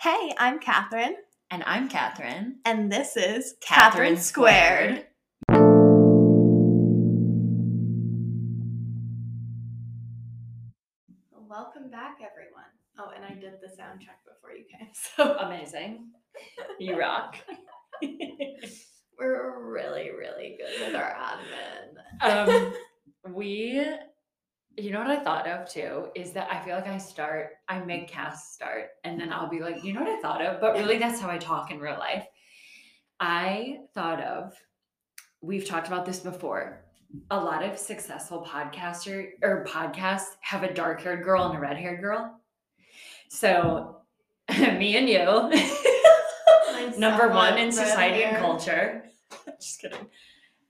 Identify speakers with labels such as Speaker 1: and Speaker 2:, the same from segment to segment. Speaker 1: Hey, I'm Catherine,
Speaker 2: And I'm Catherine.
Speaker 1: and this is
Speaker 2: Catherine Squared.
Speaker 1: Welcome back, everyone. Oh, and I did the sound check before you came, so
Speaker 2: Amazing. You rock.
Speaker 1: we're really, really good with our admin.
Speaker 2: um, we, you know what I thought of too is that I feel like I start, I make casts start, and then I'll be like, you know what I thought of? But really, that's how I talk in real life. I thought of, we've talked about this before. A lot of successful podcaster or podcasts have a dark haired girl and a red haired girl. So, me and you.
Speaker 1: I'm
Speaker 2: number one
Speaker 1: somewhat
Speaker 2: in society and
Speaker 1: red-haired.
Speaker 2: culture. Just kidding.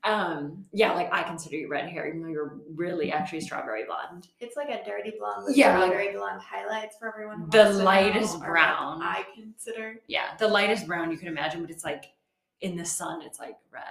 Speaker 2: Um, yeah, like I consider you red hair, even though you're really actually strawberry blonde.
Speaker 1: It's like a dirty blonde with
Speaker 2: Yeah, like-
Speaker 1: strawberry blonde highlights for everyone. who
Speaker 2: The
Speaker 1: wants to know,
Speaker 2: lightest
Speaker 1: or what
Speaker 2: brown.
Speaker 1: I consider.
Speaker 2: Yeah, the lightest brown you can imagine, but it's like in the sun, it's like red,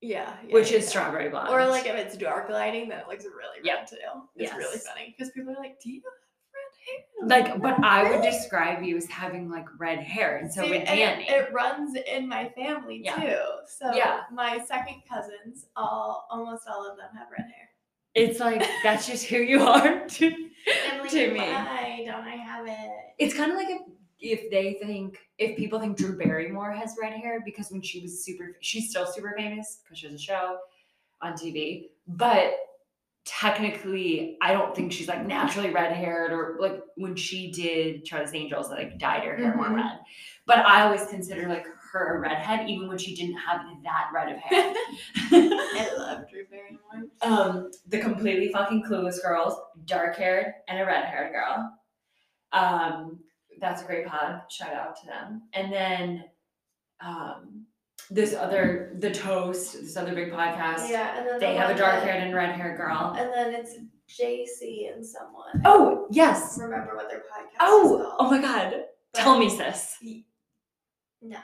Speaker 1: Yeah. yeah,
Speaker 2: which
Speaker 1: yeah,
Speaker 2: is
Speaker 1: yeah.
Speaker 2: strawberry blonde.
Speaker 1: Or like if it's dark lighting, then it looks really red
Speaker 2: Yeah.
Speaker 1: too. It's really
Speaker 2: Yes.
Speaker 1: funny because people are like, "Do you have red hair?"
Speaker 2: like, but I would
Speaker 1: Really?
Speaker 2: describe you as having like red hair, and so
Speaker 1: See,
Speaker 2: would
Speaker 1: and
Speaker 2: Danny.
Speaker 1: it, it runs in my family
Speaker 2: Yeah.
Speaker 1: too. So
Speaker 2: Yeah.
Speaker 1: my second cousins, all almost all of them have red hair.
Speaker 2: it's like that's just who you are. to-
Speaker 1: I'm like,
Speaker 2: To me.
Speaker 1: why don't I have it?
Speaker 2: it's kind of like if if they think if people think Drew Barrymore has red hair because when she was super she's still super famous because she has a show on TV, but technically I don't think she's like naturally red haired or like when she did Charlie's Angels like dyed her hair more
Speaker 1: Mhm.
Speaker 2: red. But I always consider like her a redhead even when she didn't have that red of hair.
Speaker 1: I love Drew Barrymore.
Speaker 2: um, the completely fucking clueless girls, dark haired and a red haired girl. Um, that's a great pod. Shout out to them. And then um, this other, the toast, this other big podcast.
Speaker 1: Yeah, and then
Speaker 2: They
Speaker 1: the
Speaker 2: have a
Speaker 1: one
Speaker 2: dark
Speaker 1: that-
Speaker 2: haired and red haired girl.
Speaker 1: And then it's JC and someone. I
Speaker 2: Oh yes.
Speaker 1: don't remember what their podcast is
Speaker 2: Oh
Speaker 1: called.
Speaker 2: oh my god.
Speaker 1: but-
Speaker 2: Tell me, sis.
Speaker 1: No,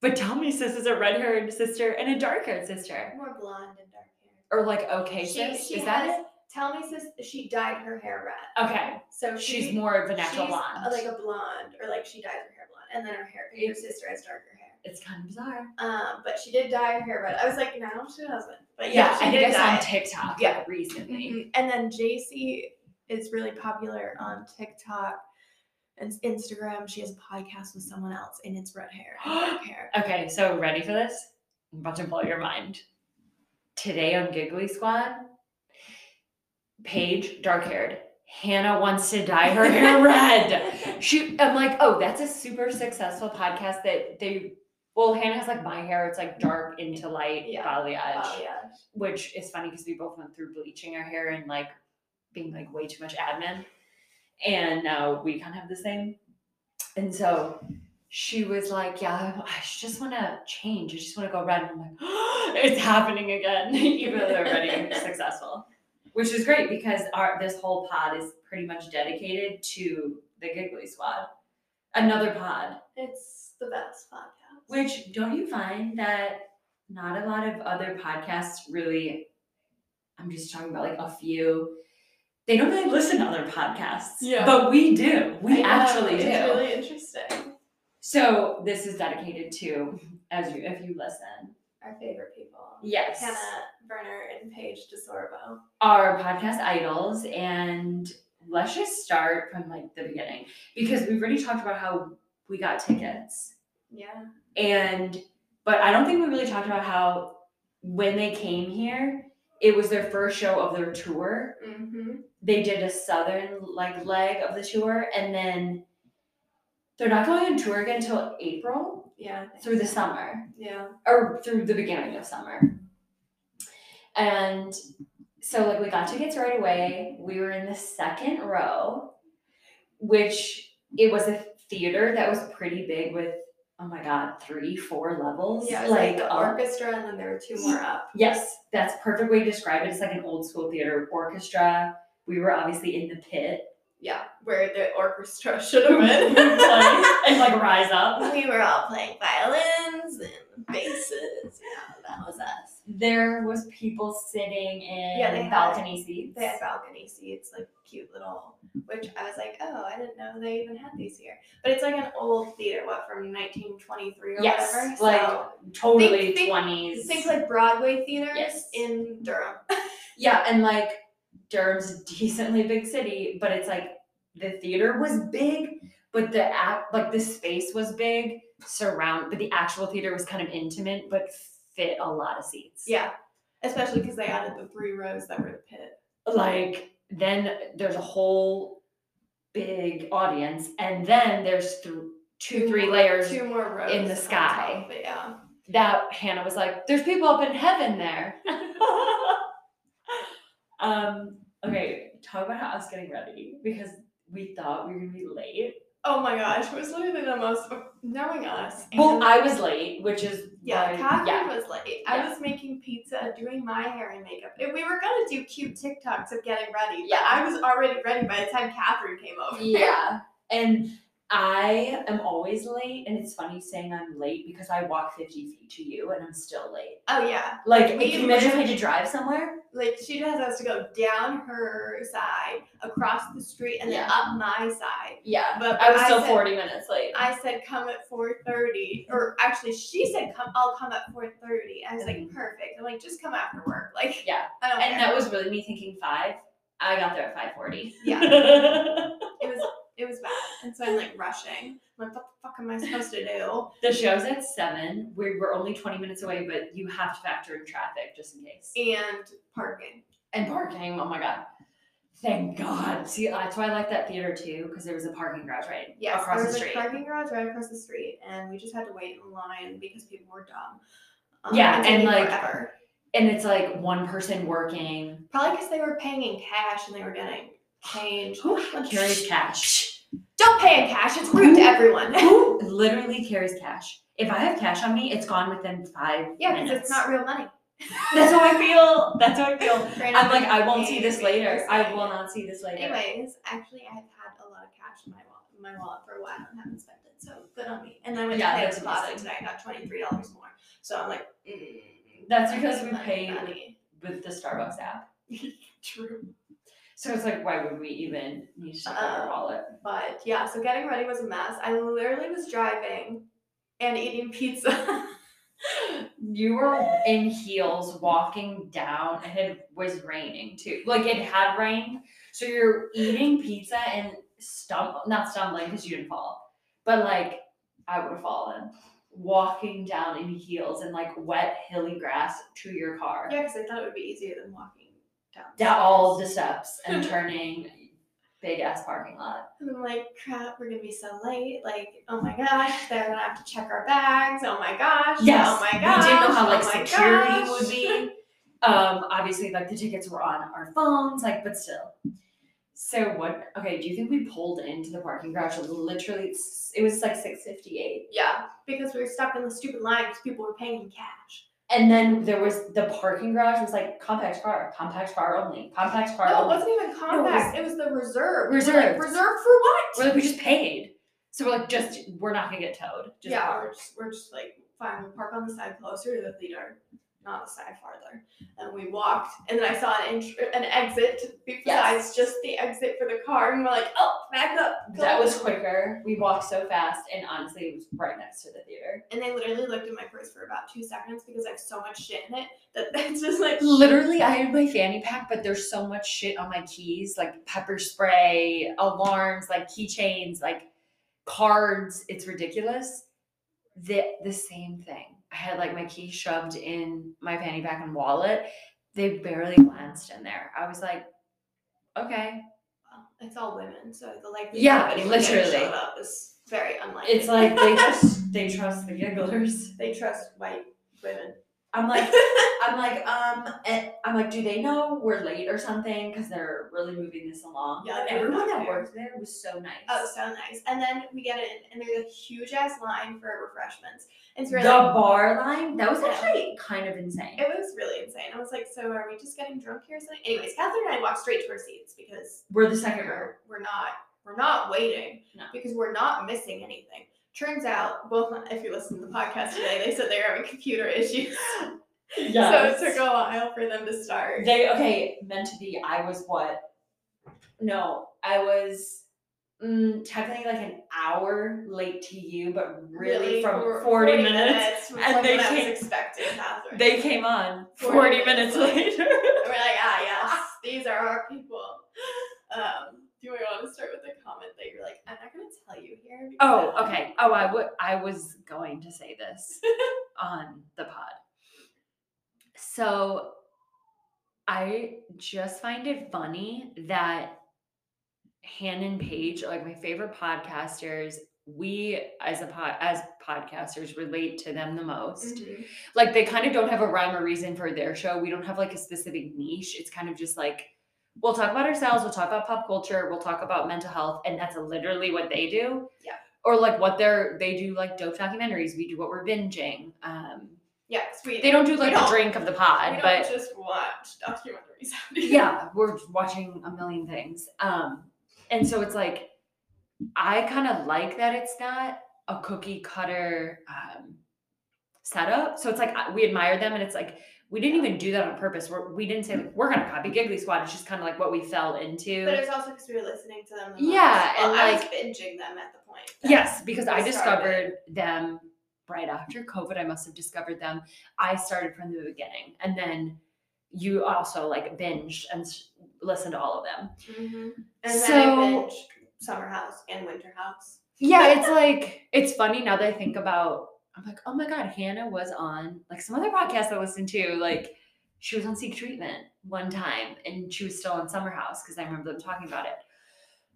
Speaker 2: But tell me, sis is a red haired sister and a dark haired sister,
Speaker 1: more blonde and dark hair.
Speaker 2: or like okay,
Speaker 1: She-
Speaker 2: sis.
Speaker 1: she
Speaker 2: is that
Speaker 1: has- Tell me, sis, she dyed her hair red.
Speaker 2: it? Okay,
Speaker 1: So she,
Speaker 2: she's more of a natural
Speaker 1: she's uh,
Speaker 2: blonde.
Speaker 1: Like a blonde, or like she dyes her hair blonde, and then her hair, your sister has darker hair.
Speaker 2: it's kind of bizarre.
Speaker 1: Um, but she did dye her hair red. I was like, no, she doesn't. But
Speaker 2: yeah,
Speaker 1: yeah, she
Speaker 2: I
Speaker 1: did
Speaker 2: think I saw
Speaker 1: dye.
Speaker 2: on TikTok
Speaker 1: Yeah.
Speaker 2: like, recently.
Speaker 1: Mhm. And then JC is really popular on TikTok and Instagram. She has a podcast with someone else, and it's red hair, and dark hair.
Speaker 2: Okay, so ready for this? I'm about to blow your mind. Today on Giggly Squad, Paige, dark haired, Hannah wants to dye her hair red. She, I'm like, oh, that's a super successful podcast that they. Well, Hannah has like my hair. It's like dark into light
Speaker 1: Yeah.
Speaker 2: balayage,
Speaker 1: Oh, yeah.
Speaker 2: which is funny because we both went through bleaching our hair and like being like way too much admin, and now we kind of have the same. And so she was like, "Yeah, I just want to change. I just want to go red." And I'm like, "It's happening again," even though they're already successful, which is great because our this whole pod is pretty much dedicated to the Giggly Squad, another pod.
Speaker 1: It's the best podcast.
Speaker 2: Which don't you find that not a lot of other podcasts really? I'm just talking about like a few. They don't really listen to other podcasts,
Speaker 1: Yeah.
Speaker 2: but we do. We
Speaker 1: I know,
Speaker 2: actually
Speaker 1: it's
Speaker 2: do.
Speaker 1: really interesting.
Speaker 2: So this is dedicated to as you if you listen.
Speaker 1: Our favorite people.
Speaker 2: Yes.
Speaker 1: Hannah Berner and Paige DeSorbo.
Speaker 2: Our podcast idols and let's just start from like the beginning because we've already talked about how we got tickets
Speaker 1: Yeah.
Speaker 2: and but I don't think we really talked about how when they came here it was their first show of their tour
Speaker 1: Mm-hmm.
Speaker 2: they did a southern like leg of the tour and then they're not going on tour again until April
Speaker 1: Yeah.
Speaker 2: through the summer
Speaker 1: Yeah.
Speaker 2: or through the beginning of summer. And so like we got tickets right away. We were in the second row, which it was a theater that was pretty big with oh my god, three, four levels.
Speaker 1: Yeah. It was like, the
Speaker 2: up.
Speaker 1: orchestra, and then there were two more up.
Speaker 2: Yes, that's a perfect way to describe it. It's like an old school theater orchestra. We were obviously in the pit.
Speaker 1: Yeah. Where the orchestra should have
Speaker 2: We would
Speaker 1: been.
Speaker 2: play and like rise up.
Speaker 1: we were all playing violins and basses. Yeah, that was us.
Speaker 2: There was people sitting in
Speaker 1: Yeah, they had-
Speaker 2: balcony seats.
Speaker 1: They had balcony seats, like cute little which I was like, oh, I didn't know they even had these here. But it's like an old theater, what from 1923 or
Speaker 2: Yes,
Speaker 1: whatever.
Speaker 2: like
Speaker 1: so
Speaker 2: Totally
Speaker 1: think- you
Speaker 2: twenties.
Speaker 1: think like Broadway theaters
Speaker 2: Yes.
Speaker 1: in Durham.
Speaker 2: yeah, and like Durham's a decently big city, but it's like the theater was big, but the app like the space was big, surround but the actual theater was kind of intimate, but fit a lot of seats.
Speaker 1: yeah, especially because they added the three rows that were the pit.
Speaker 2: like then there's a whole big audience and then there's th- two three
Speaker 1: more-
Speaker 2: layers
Speaker 1: two more rows
Speaker 2: in the
Speaker 1: on
Speaker 2: sky.
Speaker 1: top, but yeah,
Speaker 2: that hannah was like there's people up in heaven there um okay talk about how us getting ready because we thought we were gonna be late
Speaker 1: oh my gosh, it was literally the most knowing us.
Speaker 2: well
Speaker 1: and-
Speaker 2: i was late which is
Speaker 1: Yeah,
Speaker 2: why-
Speaker 1: Catherine
Speaker 2: yeah
Speaker 1: was late. I
Speaker 2: Yeah.
Speaker 1: was making pizza, doing my hair and makeup. And we were gonna do cute TikToks of getting ready. but
Speaker 2: Yeah.
Speaker 1: I was already ready by the time Catherine came over.
Speaker 2: yeah and i am always late and it's funny saying i'm late because i walk 50 feet to you and i'm still late
Speaker 1: Oh yeah.
Speaker 2: Like,
Speaker 1: We
Speaker 2: can you imagine if I
Speaker 1: live-
Speaker 2: had to drive somewhere?
Speaker 1: Like she has us to go down her side, across the street, and then
Speaker 2: Yeah.
Speaker 1: up my side.
Speaker 2: Yeah.
Speaker 1: But
Speaker 2: I was still
Speaker 1: said,
Speaker 2: 40 minutes late.
Speaker 1: I said come at four thirty, or actually she said come. I'll come at four thirty. I was like
Speaker 2: Mhm.
Speaker 1: perfect. I'm like just come after work. Like
Speaker 2: Yeah.
Speaker 1: I don't
Speaker 2: and
Speaker 1: care.
Speaker 2: that was really me thinking five. I got there at 5.40.
Speaker 1: Yeah,
Speaker 2: the
Speaker 1: it was it was bad. And so I'm like rushing. I'm like what the fuck am I supposed to do?
Speaker 2: show's at 7. We were only 20 minutes away, but you have to factor in traffic just in case.
Speaker 1: And parking.
Speaker 2: And parking. Oh, my God. Thank God. See, that's why I like that theater, too, because there was a parking garage right
Speaker 1: Yes,
Speaker 2: across
Speaker 1: there
Speaker 2: the
Speaker 1: was
Speaker 2: street.
Speaker 1: a parking garage right across the street, and we just had to wait in line because people were dumb. Um,
Speaker 2: Yeah,
Speaker 1: it
Speaker 2: and,
Speaker 1: took
Speaker 2: like-
Speaker 1: forever.
Speaker 2: and it's like one person working.
Speaker 1: probably because they were paying in cash and they were getting change.
Speaker 2: Who carries cash?
Speaker 1: Don't pay in cash; it's rude to everyone.
Speaker 2: Who literally carries cash? If I have cash on me, it's gone within five
Speaker 1: yeah, because it's
Speaker 2: minutes.
Speaker 1: not real money.
Speaker 2: That's how I feel. That's how I feel.
Speaker 1: Granted,
Speaker 2: I'm like,
Speaker 1: they
Speaker 2: I won't see
Speaker 1: paid
Speaker 2: this later.
Speaker 1: for
Speaker 2: I
Speaker 1: it.
Speaker 2: will not see this later.
Speaker 1: Anyways, actually, I've had a lot of cash in my wallet, in my wallet for a while and haven't spent it, so good on me. And I went
Speaker 2: Yeah,
Speaker 1: to pay a
Speaker 2: that's
Speaker 1: deposit
Speaker 2: amazing.
Speaker 1: today; I got twenty three dollars more. So I'm like, mm,
Speaker 2: That's because we
Speaker 1: money,
Speaker 2: pay with-
Speaker 1: money.
Speaker 2: With the Starbucks app.
Speaker 1: True.
Speaker 2: So it's like, why would we even need to check out our
Speaker 1: Uh,
Speaker 2: wallet?
Speaker 1: But yeah, so getting ready was a mess. I literally was driving and eating pizza.
Speaker 2: You were in heels walking down, and it was raining too. Like it had rained, so you're eating pizza and stumble, not stumbling because you didn't fall, but like I would have fallen. Walking down in heels and like wet, hilly grass to your car.
Speaker 1: yeah, because I thought it would be easier than walking down. the
Speaker 2: down all the
Speaker 1: stairs.
Speaker 2: steps and turning big ass parking lot.
Speaker 1: And I'm like, crap, we're gonna be so late. Like, oh my gosh, they're gonna have to check our bags. Oh my gosh. Oh my gosh.
Speaker 2: we didn't know how
Speaker 1: oh
Speaker 2: like
Speaker 1: my
Speaker 2: security
Speaker 1: gosh.
Speaker 2: would be. Um, obviously, like the tickets were on our phones, like, but still. So what? Okay, do you think we pulled into the parking garage? Literally, s- it was like six fifty eight,
Speaker 1: Yeah, because we were stuck in the stupid line because people were paying in cash.
Speaker 2: and then there was the parking garage was like compact car, compact car only, compact car.
Speaker 1: No, it
Speaker 2: only.
Speaker 1: wasn't even compact. it, was, the reserve. We were like,
Speaker 2: Reserved.
Speaker 1: reserved for what?
Speaker 2: We're like, we just paid, so we're like, just we're not gonna get towed. Just
Speaker 1: yeah,
Speaker 2: park.
Speaker 1: we're just, we're just like, fine, we'll park on the side closer to the theater, not the side farther. And we walked, and then I saw an int- an exit to- besides
Speaker 2: Yes.
Speaker 1: just the exit for the car, and we're like, oh, back up. go."
Speaker 2: That was quicker. We walked so fast, and honestly, it was right next to the theater.
Speaker 1: And they literally looked at my purse for about two seconds because I have so much shit in it that that's just like.
Speaker 2: Literally, I had my fanny pack, but there's so much shit on my keys like pepper spray, alarms, like keychains, like cards. It's ridiculous. The, the same thing. I had like my keys shoved in my fanny pack and wallet. They barely glanced in there. I was like, okay.
Speaker 1: well, It's all women, so the likelihood
Speaker 2: Yeah,
Speaker 1: of anyone getting
Speaker 2: literally.
Speaker 1: shot up is very unlikely.
Speaker 2: It's like they just they trust the gigglers.
Speaker 1: they trust white women.
Speaker 2: I'm like, I'm like, um, and I'm like, do they know we're late or something? Because they're really moving this along.
Speaker 1: Yeah,
Speaker 2: Like,
Speaker 1: they
Speaker 2: everyone that
Speaker 1: do.
Speaker 2: worked there was so nice.
Speaker 1: Oh, so nice. And then we get in, and there's a huge ass line for refreshments. It's
Speaker 2: the
Speaker 1: really
Speaker 2: bar line that was
Speaker 1: Yeah.
Speaker 2: actually kind of insane.
Speaker 1: It was really insane. I was like, so are we just getting drunk here or something? Anyways, Catherine and I walked straight to our seats because
Speaker 2: We're the second row.
Speaker 1: we're, we're not we're not waiting
Speaker 2: No.
Speaker 1: because we're not missing anything. Turns out, well, if you listen to the podcast today, they said they were having computer issues, so it took a while for them to start.
Speaker 2: they okay meant to be. I was what? No, I was mm, technically like an hour late to you, but really, from
Speaker 1: for-
Speaker 2: 40, minutes.
Speaker 1: was
Speaker 2: and
Speaker 1: like
Speaker 2: they
Speaker 1: what I
Speaker 2: came-
Speaker 1: was expecting. Catherine.
Speaker 2: They came on 40,
Speaker 1: 40 minutes
Speaker 2: minutes later.
Speaker 1: And we're like, ah, yes, these are our people. Um, do we want to start with the comment that you're like, I'm not going to tell you here? because I
Speaker 2: oh,
Speaker 1: don't
Speaker 2: okay. Oh, I would. I was going to say this on the pod. So, I just find it funny that Hannah and Paige, are, like my favorite podcasters, we as a pod as podcasters relate to them the most.
Speaker 1: know."
Speaker 2: like they kind of don't have a rhyme or reason for their show. We don't have like a specific niche. It's kind of just like we'll talk about ourselves, we'll talk about pop culture, we'll talk about mental health, and that's literally what they do.
Speaker 1: Yeah.
Speaker 2: Or like what they're they do like dope documentaries. We do what we're binging. Um,
Speaker 1: Yeah, 'cause we,
Speaker 2: they don't do like
Speaker 1: we
Speaker 2: a drink of the
Speaker 1: we
Speaker 2: pod,
Speaker 1: don't
Speaker 2: but
Speaker 1: just watch documentaries.
Speaker 2: yeah, we're watching a million things. Um, and so it's like I kind of like that it's not a cookie cutter um, setup. So it's like I- we admire them, and it's like we didn't even do that on purpose. We're, we didn't say like, we're gonna copy Giggly Squad. It's just kind of like what we fell into.
Speaker 1: But it's also because we were listening to them. the
Speaker 2: Yeah,
Speaker 1: most. Well,
Speaker 2: and
Speaker 1: I
Speaker 2: like-
Speaker 1: was binging them at the point. that-
Speaker 2: Yes, because I
Speaker 1: we
Speaker 2: discovered them right after COVID. I must have discovered them. I started from the beginning, and then you also like binged and s- listened to all of them.
Speaker 1: Mhm. And then
Speaker 2: So-
Speaker 1: I binged Summer House and Winter House.
Speaker 2: Yeah, it's like it's funny now that I think about. I'm like, oh my god, Hannah was on like some other podcast I listened to. Like, she was on Seek Treatment one time, and she was still on Summer House because I remember them talking about it.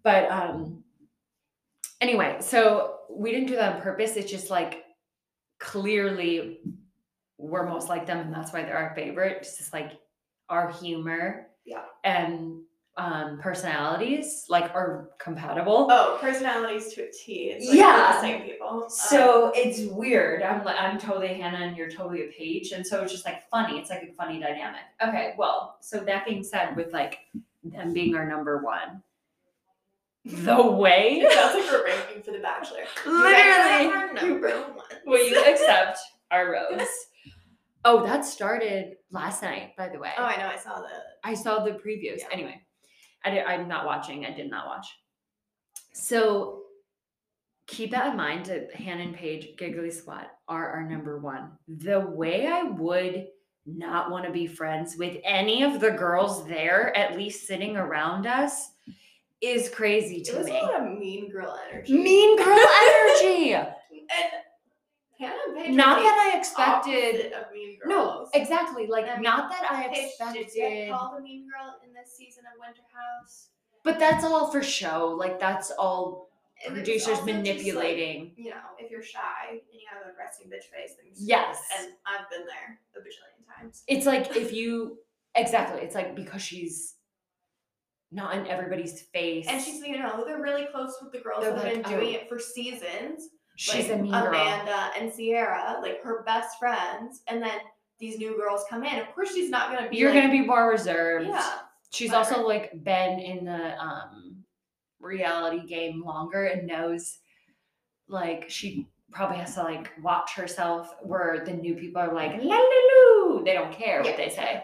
Speaker 2: But um, anyway, so we didn't do that on purpose. It's just like clearly we're most like them, and that's why they're our favorite. It's just like our humor,
Speaker 1: Yeah.
Speaker 2: and um, personalities like are compatible.
Speaker 1: Oh, personalities to a T. It's like we're
Speaker 2: Yeah.
Speaker 1: the same people. Um,
Speaker 2: So Uh, it's weird. I'm like I'm totally Hannah and you're totally a page. And so it's just like funny. It's like a funny dynamic. Okay, well, so that being said, with like them being our number one, the way
Speaker 1: it sounds like we're ranking for The Bachelor.
Speaker 2: literally
Speaker 1: our number one.
Speaker 2: will you accept our rose? Oh, that started last night, by the way.
Speaker 1: Oh, I know. I saw the.
Speaker 2: I saw the previews.
Speaker 1: Yeah.
Speaker 2: Anyway, I did, I'm not watching. I did not watch. So keep that in mind. That Hannah and Paige, Giggly Squad are our number one. The way I would not want to be friends with any of the girls there, at least sitting around us, is crazy
Speaker 1: It
Speaker 2: to
Speaker 1: was a
Speaker 2: me.
Speaker 1: lot of mean girl energy.
Speaker 2: Mean girl energy.
Speaker 1: And Hannah and Paige.
Speaker 2: Mm. not
Speaker 1: were
Speaker 2: that I
Speaker 1: the
Speaker 2: expected.
Speaker 1: opposite Of mean
Speaker 2: No,
Speaker 1: girls.
Speaker 2: exactly. Like
Speaker 1: I mean,
Speaker 2: not that I
Speaker 1: Paige
Speaker 2: expected.
Speaker 1: did get called a mean girl in this season of Winter House.
Speaker 2: But that's all for show. Like that's all
Speaker 1: And it was
Speaker 2: producers
Speaker 1: also just, like,
Speaker 2: manipulating.
Speaker 1: you know, if you're shy and you have a resting bitch face, then you should-
Speaker 2: Yes.
Speaker 1: And I've been there a bajillion times.
Speaker 2: It's like if you exactly, it's like because she's not in everybody's face.
Speaker 1: And she's, you know, they're really close with the girls
Speaker 2: They're
Speaker 1: that have
Speaker 2: like,
Speaker 1: been doing
Speaker 2: oh.
Speaker 1: it for seasons.
Speaker 2: she's
Speaker 1: like
Speaker 2: a mean girl.
Speaker 1: Amanda and Sierra, like her best friends, and then these new girls come in. Of course, she's not gonna be.
Speaker 2: You're
Speaker 1: like,
Speaker 2: gonna be more reserved.
Speaker 1: Yeah.
Speaker 2: She's
Speaker 1: whatever.
Speaker 2: also like been in the um reality game longer and knows like she probably has to like watch herself where the new people are like la la loo. They don't care what
Speaker 1: Yeah.
Speaker 2: they say.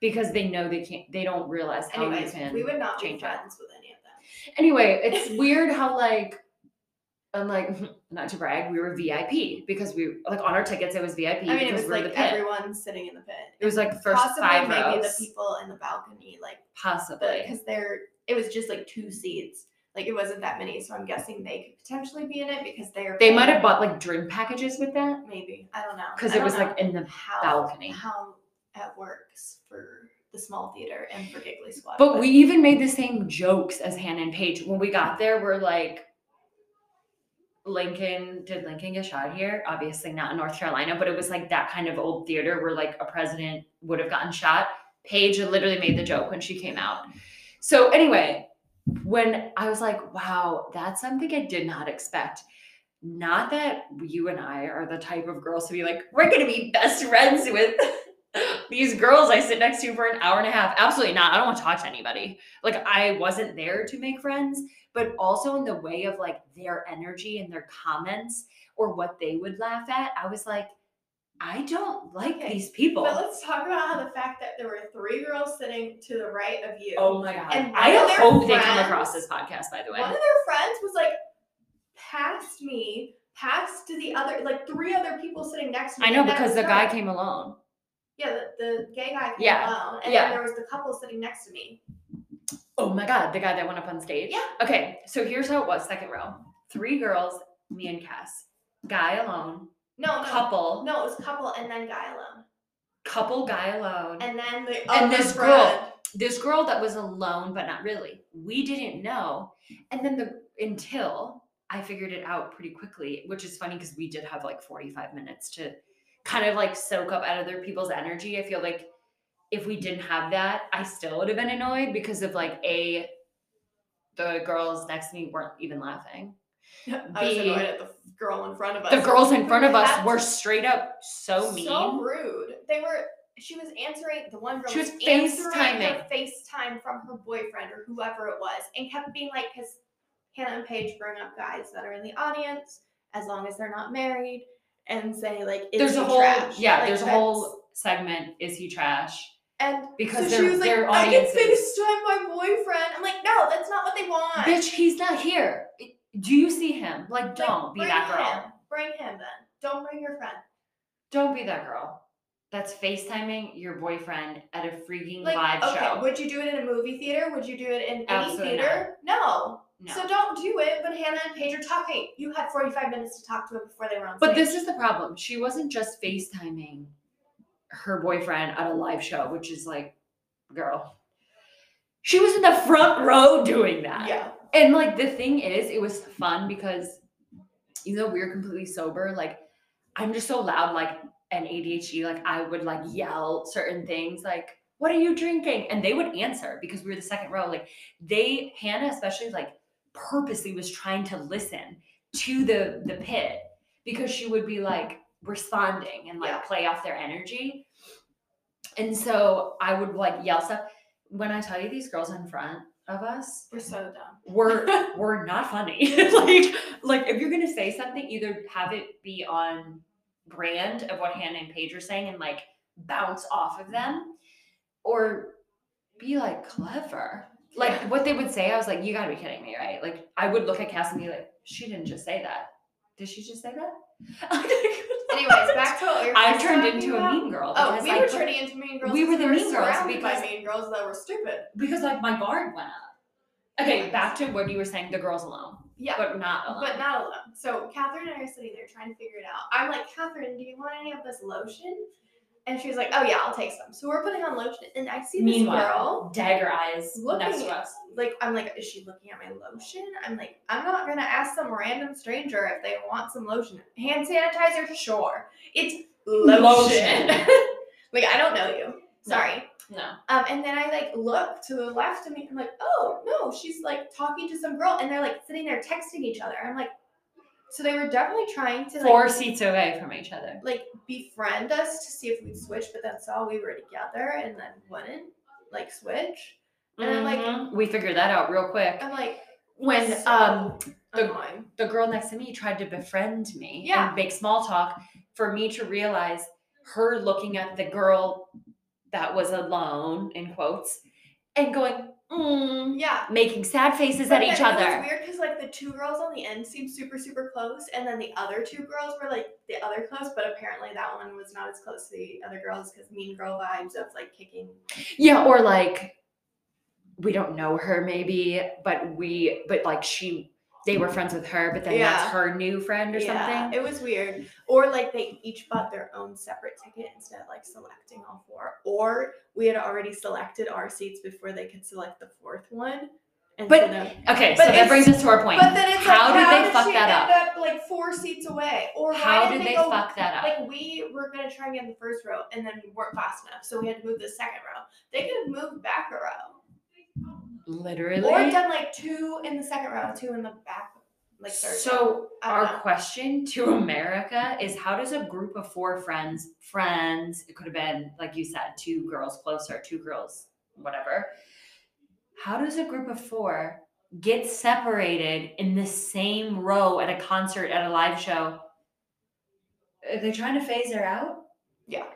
Speaker 2: Because they know they can't they don't realize how you
Speaker 1: Anyways,
Speaker 2: can
Speaker 1: we would not be
Speaker 2: change it.
Speaker 1: friends with any of them.
Speaker 2: anyway, it's weird how like I'm like not to brag, we were VIP because we like on our tickets it was VIP
Speaker 1: I mean, it
Speaker 2: because
Speaker 1: was
Speaker 2: we're
Speaker 1: like
Speaker 2: the pit.
Speaker 1: everyone sitting in the pit.
Speaker 2: it was like first
Speaker 1: Possibly
Speaker 2: five
Speaker 1: maybe
Speaker 2: rows,
Speaker 1: the people in the balcony, like
Speaker 2: possibly.
Speaker 1: because they're it was just like two seats. Like it wasn't that many, so I'm guessing they could potentially be in it because they're
Speaker 2: They might have bought like drink packages with that
Speaker 1: maybe I don't know
Speaker 2: because
Speaker 1: I
Speaker 2: it
Speaker 1: don't
Speaker 2: was
Speaker 1: know
Speaker 2: like in the.
Speaker 1: how
Speaker 2: balcony.
Speaker 1: how that works for the small theater and for Giggly Squad.
Speaker 2: But we even made the same jokes as Hannah and Paige when we got there. We're like. Lincoln, did Lincoln get shot here? Obviously not in North Carolina, but it was like that kind of old theater where like a president would have gotten shot. Paige literally made the joke when she came out. So anyway, when I was like, wow, that's something I did not expect. Not that you and I are the type of girls to be like, we're gonna be best friends with these girls I sit next to for an hour and a half. Absolutely not. I don't want to talk to anybody. Like I wasn't there to make friends, but also in the way of like their energy and their comments or what they would laugh at. I was like, I don't like
Speaker 1: Okay,
Speaker 2: these people.
Speaker 1: But let's talk about how the fact that there were three girls sitting to the right of you.
Speaker 2: Oh my god.
Speaker 1: And
Speaker 2: I
Speaker 1: one of their
Speaker 2: hope they come
Speaker 1: friends-
Speaker 2: across this podcast, by the way.
Speaker 1: One of their friends was like past me, past to the other, like three other people sitting next to me.
Speaker 2: I know
Speaker 1: and that
Speaker 2: because
Speaker 1: was
Speaker 2: the
Speaker 1: her.
Speaker 2: guy came alone.
Speaker 1: Yeah, the, the gay guy came
Speaker 2: Yeah,
Speaker 1: alone, and
Speaker 2: yeah.
Speaker 1: then there was the couple sitting next to me.
Speaker 2: Oh my god, the guy that went up on stage.
Speaker 1: Yeah.
Speaker 2: Okay, so here's how it was second row. Three girls, me and Cass. Guy alone,
Speaker 1: No, no,
Speaker 2: couple,
Speaker 1: Uh-huh. no, it was couple and then guy alone,
Speaker 2: couple guy alone.
Speaker 1: and then the
Speaker 2: And
Speaker 1: other
Speaker 2: this girl.
Speaker 1: friend.
Speaker 2: this girl that was alone but not really we didn't know and then the until i figured it out pretty quickly which is funny because we did have like 45 minutes to kind of like soak up other people's energy i feel like if we didn't have that i still would have been annoyed because of like a the girls next to me weren't even laughing
Speaker 1: I was
Speaker 2: the-
Speaker 1: annoyed at the girl in front of us.
Speaker 2: the girls in
Speaker 1: who
Speaker 2: front of us
Speaker 1: had
Speaker 2: were
Speaker 1: to-
Speaker 2: straight up so mean
Speaker 1: so rude. They were. She was answering the one girl.
Speaker 2: She was
Speaker 1: answering
Speaker 2: FaceTiming.
Speaker 1: Her FaceTime from her boyfriend or whoever it was, and kept being like, "Cause Hannah and Paige bring up guys that are in the audience as long as they're not married." And say like, "Is
Speaker 2: there's
Speaker 1: he
Speaker 2: a whole
Speaker 1: trash?"
Speaker 2: yeah
Speaker 1: Like,
Speaker 2: there's a
Speaker 1: that's-
Speaker 2: whole segment is he trash
Speaker 1: And
Speaker 2: because
Speaker 1: so
Speaker 2: their,
Speaker 1: she was like,
Speaker 2: their
Speaker 1: "I can
Speaker 2: audience is-
Speaker 1: FaceTime my boyfriend." I'm like, "No, that's not what they want."
Speaker 2: Bitch, he's not here. Do you see him? Like,
Speaker 1: Like,
Speaker 2: don't be
Speaker 1: bring
Speaker 2: that girl.
Speaker 1: him. Bring him then. Don't bring your friend.
Speaker 2: Don't be that girl. That's FaceTiming your boyfriend at a freaking live
Speaker 1: okay,
Speaker 2: show.
Speaker 1: Would you do it in a movie theater? Would you do it in
Speaker 2: Absolutely
Speaker 1: any theater? No.
Speaker 2: No.
Speaker 1: So don't do it when Hannah and Paige are talking. You had 45 minutes to talk to him before they were on
Speaker 2: but
Speaker 1: stage.
Speaker 2: this is the problem. She wasn't just FaceTiming her boyfriend at a live show, which is like, girl. She was in the front row doing that.
Speaker 1: yeah.
Speaker 2: And like the thing is, it was fun because even though we were completely sober, like I'm just so loud, like an ADHD, like I would like yell certain things, like, what are you drinking? And they would answer because we were the second row. Like they, Hannah especially, like purposely was trying to listen to the the pit because she would be like responding and like
Speaker 1: Yeah.
Speaker 2: play off their energy. And so I would like yell stuff. When I tell you these girls in front of us,
Speaker 1: We're so dumb.
Speaker 2: we're we're not funny. like like if you're gonna say something, either have it be on brand of what Hannah and Paige are saying and like bounce off of them, or be like clever. Like what they would say, I was like, you gotta be kidding me, right? Like I would look at Cass and be like, she didn't just say that. Did she just say that?
Speaker 1: Anyways, back to what we were
Speaker 2: I
Speaker 1: first
Speaker 2: turned
Speaker 1: talking
Speaker 2: into a
Speaker 1: about.
Speaker 2: mean girl.
Speaker 1: Oh,
Speaker 2: because,
Speaker 1: we
Speaker 2: like,
Speaker 1: were turning into mean girls.
Speaker 2: we were
Speaker 1: because
Speaker 2: the mean girls
Speaker 1: surrounded by
Speaker 2: because-
Speaker 1: mean girls that were stupid.
Speaker 2: because like my guard went up. Okay, back to what you were saying, the girls alone.
Speaker 1: Yeah.
Speaker 2: But not alone.
Speaker 1: But not alone. So Catherine and I are sitting there trying to figure it out. I'm like, Catherine, do you want any of this lotion? And she's like, Oh yeah, I'll take some. So we're putting on lotion, and I see this girl.
Speaker 2: Meanwhile, dagger eyes
Speaker 1: looking
Speaker 2: next to us.
Speaker 1: Like, I'm like, is she looking at my lotion? I'm like, I'm not gonna ask some random stranger if they want some lotion. Hand sanitizer, sure. It's lotion. like, I don't know you.
Speaker 2: No.
Speaker 1: Sorry.
Speaker 2: No.
Speaker 1: Um, and then I like look to the left of me. I'm like, oh no, she's like talking to some girl, and they're like sitting there texting each other. I'm like, so they were definitely trying to like,
Speaker 2: Four seats away from each other.
Speaker 1: like befriend us to see if we'd switch, but that's all we were together, and then wouldn't like switch. And I'm like-
Speaker 2: Mhm. we figured that out real quick.
Speaker 1: I'm like,
Speaker 2: When
Speaker 1: so
Speaker 2: um the-
Speaker 1: annoying.
Speaker 2: the girl next to me tried to befriend me
Speaker 1: Yeah.
Speaker 2: and make small talk for me to realize her looking at the girl that was alone in quotes and going, mm,
Speaker 1: yeah.
Speaker 2: making sad faces
Speaker 1: But
Speaker 2: at each
Speaker 1: then
Speaker 2: other.
Speaker 1: It's weird because like the two girls on the end seemed super super close, and then the other two girls were like the other close, but apparently that one was not as close to the other girls because mean girl vibes of like kicking
Speaker 2: Yeah, or like we don't know her maybe, but we but like she they were friends with her, but then
Speaker 1: Yeah.
Speaker 2: that's her new friend or something.
Speaker 1: It was weird. Or like they each bought their own separate ticket instead of like selecting all four. Or we had already selected our seats before they could select the fourth one. And
Speaker 2: But-
Speaker 1: so then-
Speaker 2: Okay,
Speaker 1: But
Speaker 2: so that
Speaker 1: it's-
Speaker 2: brings us to our point.
Speaker 1: but then it's
Speaker 2: how
Speaker 1: like,
Speaker 2: did
Speaker 1: how
Speaker 2: they fuck
Speaker 1: she
Speaker 2: that
Speaker 1: end up? like four seats away? Or why
Speaker 2: How
Speaker 1: did
Speaker 2: did they
Speaker 1: go,
Speaker 2: fuck that up?
Speaker 1: Like we were gonna try and get in the first row, and then we weren't fast enough, so we had to move the second row. They could have moved back a row, or
Speaker 2: Literally.
Speaker 1: done like two in the second row, two in the back, like third. row.
Speaker 2: So
Speaker 1: I don't
Speaker 2: our
Speaker 1: know.
Speaker 2: question to America is how does a group of four friends, friends, it could have been, like you said, two girls closer, two girls, whatever. How does a group of four get separated in the same row at a concert, at a live show? Are they trying to phase her out?
Speaker 1: Yeah.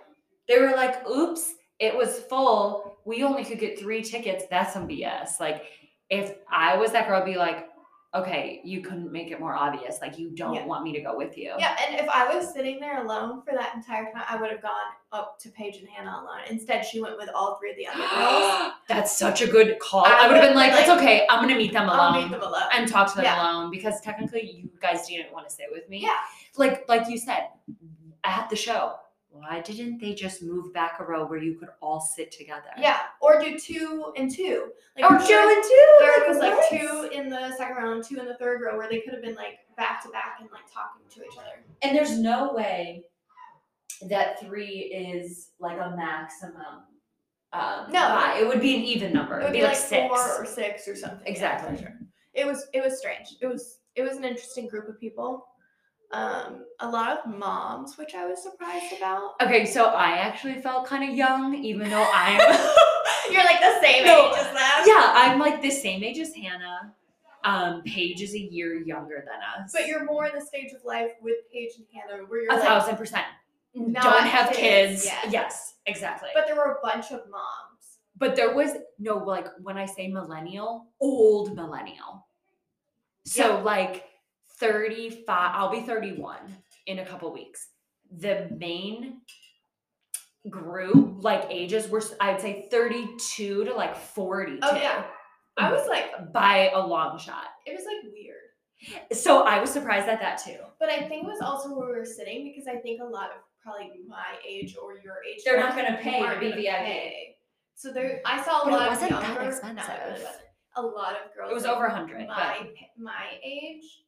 Speaker 2: They were like, oops, it was full. We only could get three tickets. That's some BS. Like, if I was that girl, I'd be like, okay, you couldn't make it more obvious. Like, you don't
Speaker 1: Yeah.
Speaker 2: want me to go with you.
Speaker 1: Yeah, and if I was sitting there alone for that entire time, I would have gone up to Paige and Hannah alone. Instead, she went with all three of the other girls.
Speaker 2: That's such a good call.
Speaker 1: I
Speaker 2: I, would have been
Speaker 1: would've
Speaker 2: like,
Speaker 1: been
Speaker 2: it's
Speaker 1: like,
Speaker 2: okay. I'm going to meet them
Speaker 1: I'll
Speaker 2: alone.
Speaker 1: meet them alone.
Speaker 2: and talk to them
Speaker 1: Yeah.
Speaker 2: alone because technically you guys didn't want to sit with me.
Speaker 1: Yeah.
Speaker 2: Like like you said, at the show, why didn't they just move back a row where you could all sit together?
Speaker 1: yeah, or do two and two. Like,
Speaker 2: Or
Speaker 1: I'm
Speaker 2: two
Speaker 1: sure
Speaker 2: and two.
Speaker 1: There was like
Speaker 2: what?
Speaker 1: two in the second round, two in the third row, where they could have been like back to back and like talking to each other.
Speaker 2: And there's no way that three is like a maximum. Um,
Speaker 1: No.
Speaker 2: buy. it would be an even number.
Speaker 1: It would be, like,
Speaker 2: six.
Speaker 1: four or six or something. yeah,
Speaker 2: Exactly.
Speaker 1: for sure. It was it was strange. It was it was an interesting group of people. Um, a lot of moms, which I was surprised about.
Speaker 2: Okay, so I actually felt kind of young, even though I'm.
Speaker 1: You're like the same
Speaker 2: No.
Speaker 1: age as them.
Speaker 2: yeah, I'm like the same age as Hannah. Um, Paige is a year younger than us.
Speaker 1: But you're more in the stage of life with Paige and Hannah where you're
Speaker 2: a
Speaker 1: like,
Speaker 2: thousand percent.
Speaker 1: not
Speaker 2: Don't have kids.
Speaker 1: yet.
Speaker 2: Yes, exactly. But,
Speaker 1: But there were a bunch of moms.
Speaker 2: there was no like when I say millennial, old millennial. So like 35, I'll be 31 in a couple weeks. The main group, like ages, were I'd say 32 to like 42.
Speaker 1: Oh, yeah. I was like,
Speaker 2: By a long shot.
Speaker 1: it was like weird.
Speaker 2: So I was surprised at that too.
Speaker 1: But I think it was also where we were sitting because I think a lot of probably my age or your age.
Speaker 2: They're not gonna pay
Speaker 1: aren't
Speaker 2: to be
Speaker 1: gonna
Speaker 2: VIP.
Speaker 1: pay. So there, I saw a
Speaker 2: But it
Speaker 1: lot
Speaker 2: wasn't
Speaker 1: of
Speaker 2: that
Speaker 1: younger. No, it really
Speaker 2: expensive.
Speaker 1: wasn't. A lot of girls.
Speaker 2: It was
Speaker 1: like,
Speaker 2: over 100.
Speaker 1: My pa- my age,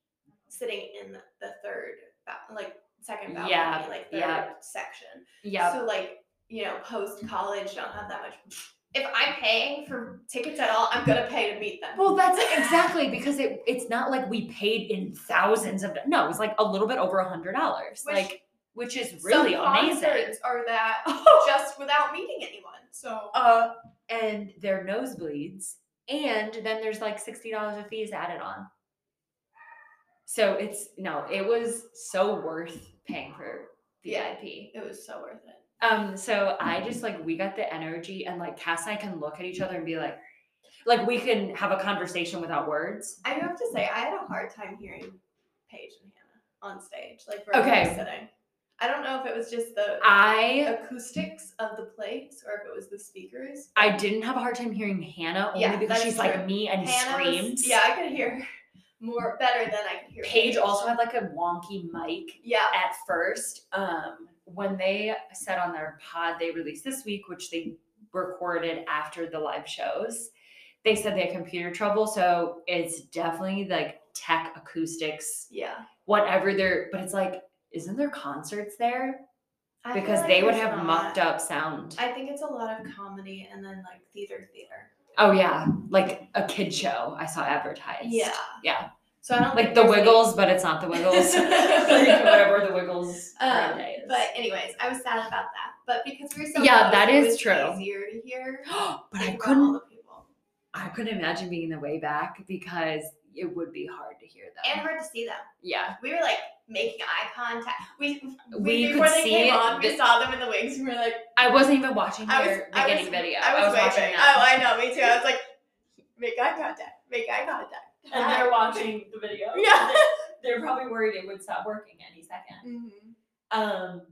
Speaker 1: sitting in the, the third ba- like second balcony,
Speaker 2: Yeah,
Speaker 1: like third
Speaker 2: yeah.
Speaker 1: section.
Speaker 2: Yeah.
Speaker 1: So like, you know, post college don't have that much. If I'm paying for tickets at all, I'm gonna pay to meet them.
Speaker 2: Well, that's it- exactly because it it's not like we paid in thousands of no, it was like a little bit over a hundred dollars,
Speaker 1: Which-
Speaker 2: like which is really
Speaker 1: Some
Speaker 2: amazing.
Speaker 1: concerts Are that just without meeting anyone? So
Speaker 2: uh, and their nosebleeds, and then there's like sixty dollars of fees added on. So it's no, it was so worth paying for
Speaker 1: Yeah.
Speaker 2: VIP.
Speaker 1: it was so worth it.
Speaker 2: Um, so I just like we got the energy, and like Cass and I can look at each other and be like, like we can have a conversation without words.
Speaker 1: I do have to say, I had a hard time hearing Paige and Hannah on stage, like where we
Speaker 2: Okay.
Speaker 1: were sitting. I don't know if it was just the
Speaker 2: I
Speaker 1: acoustics of the place or if it was the speakers.
Speaker 2: I didn't have a hard time hearing Hannah only
Speaker 1: Yeah,
Speaker 2: because
Speaker 1: that's
Speaker 2: she's
Speaker 1: true.
Speaker 2: like me and
Speaker 1: Hannah was-
Speaker 2: screams.
Speaker 1: yeah, I could hear more better than I could hear.
Speaker 2: Paige also had like a wonky mic
Speaker 1: Yeah.
Speaker 2: at first. Um, when they said on their pod they released this week, which they recorded after the live shows, they said they had computer trouble. So it's definitely like tech acoustics,
Speaker 1: Yeah.
Speaker 2: whatever they're, but it's like, isn't there concerts there?
Speaker 1: I feel
Speaker 2: Because
Speaker 1: like
Speaker 2: they would
Speaker 1: there's
Speaker 2: have
Speaker 1: not.
Speaker 2: mucked up sound.
Speaker 1: I think it's a lot of comedy and then like theater, theater.
Speaker 2: oh, yeah. Like a kid show I saw advertised.
Speaker 1: Yeah.
Speaker 2: Yeah.
Speaker 1: So I don't
Speaker 2: like
Speaker 1: think
Speaker 2: the
Speaker 1: there's any-
Speaker 2: Wiggles, but it's not the Wiggles. Whatever the Wiggles
Speaker 1: Um,
Speaker 2: brand is.
Speaker 1: But anyways, I was sad about that. But because we were so
Speaker 2: Yeah,
Speaker 1: close,
Speaker 2: that
Speaker 1: it
Speaker 2: is
Speaker 1: was
Speaker 2: true.
Speaker 1: Easier to hear.
Speaker 2: but I
Speaker 1: from all
Speaker 2: couldn't.
Speaker 1: the people.
Speaker 2: I couldn't imagine being in the way back because it would be hard to hear them.
Speaker 1: and hard to see them.
Speaker 2: yeah,
Speaker 1: We were like making eye contact. We, we,
Speaker 2: We could
Speaker 1: before they
Speaker 2: see
Speaker 1: came
Speaker 2: it.
Speaker 1: on, we
Speaker 2: The-
Speaker 1: saw them in the wings, and we were like,
Speaker 2: I wasn't even watching
Speaker 1: I was-
Speaker 2: their
Speaker 1: I was-
Speaker 2: beginning video.
Speaker 1: I was,
Speaker 2: watching
Speaker 1: waving.
Speaker 2: them.
Speaker 1: Oh, I know, me too. I was like, make eye contact, make eye contact.
Speaker 2: and they're watching the video.
Speaker 1: Yeah.
Speaker 2: they're probably worried it would stop working any second.
Speaker 1: Mhm.
Speaker 2: Um,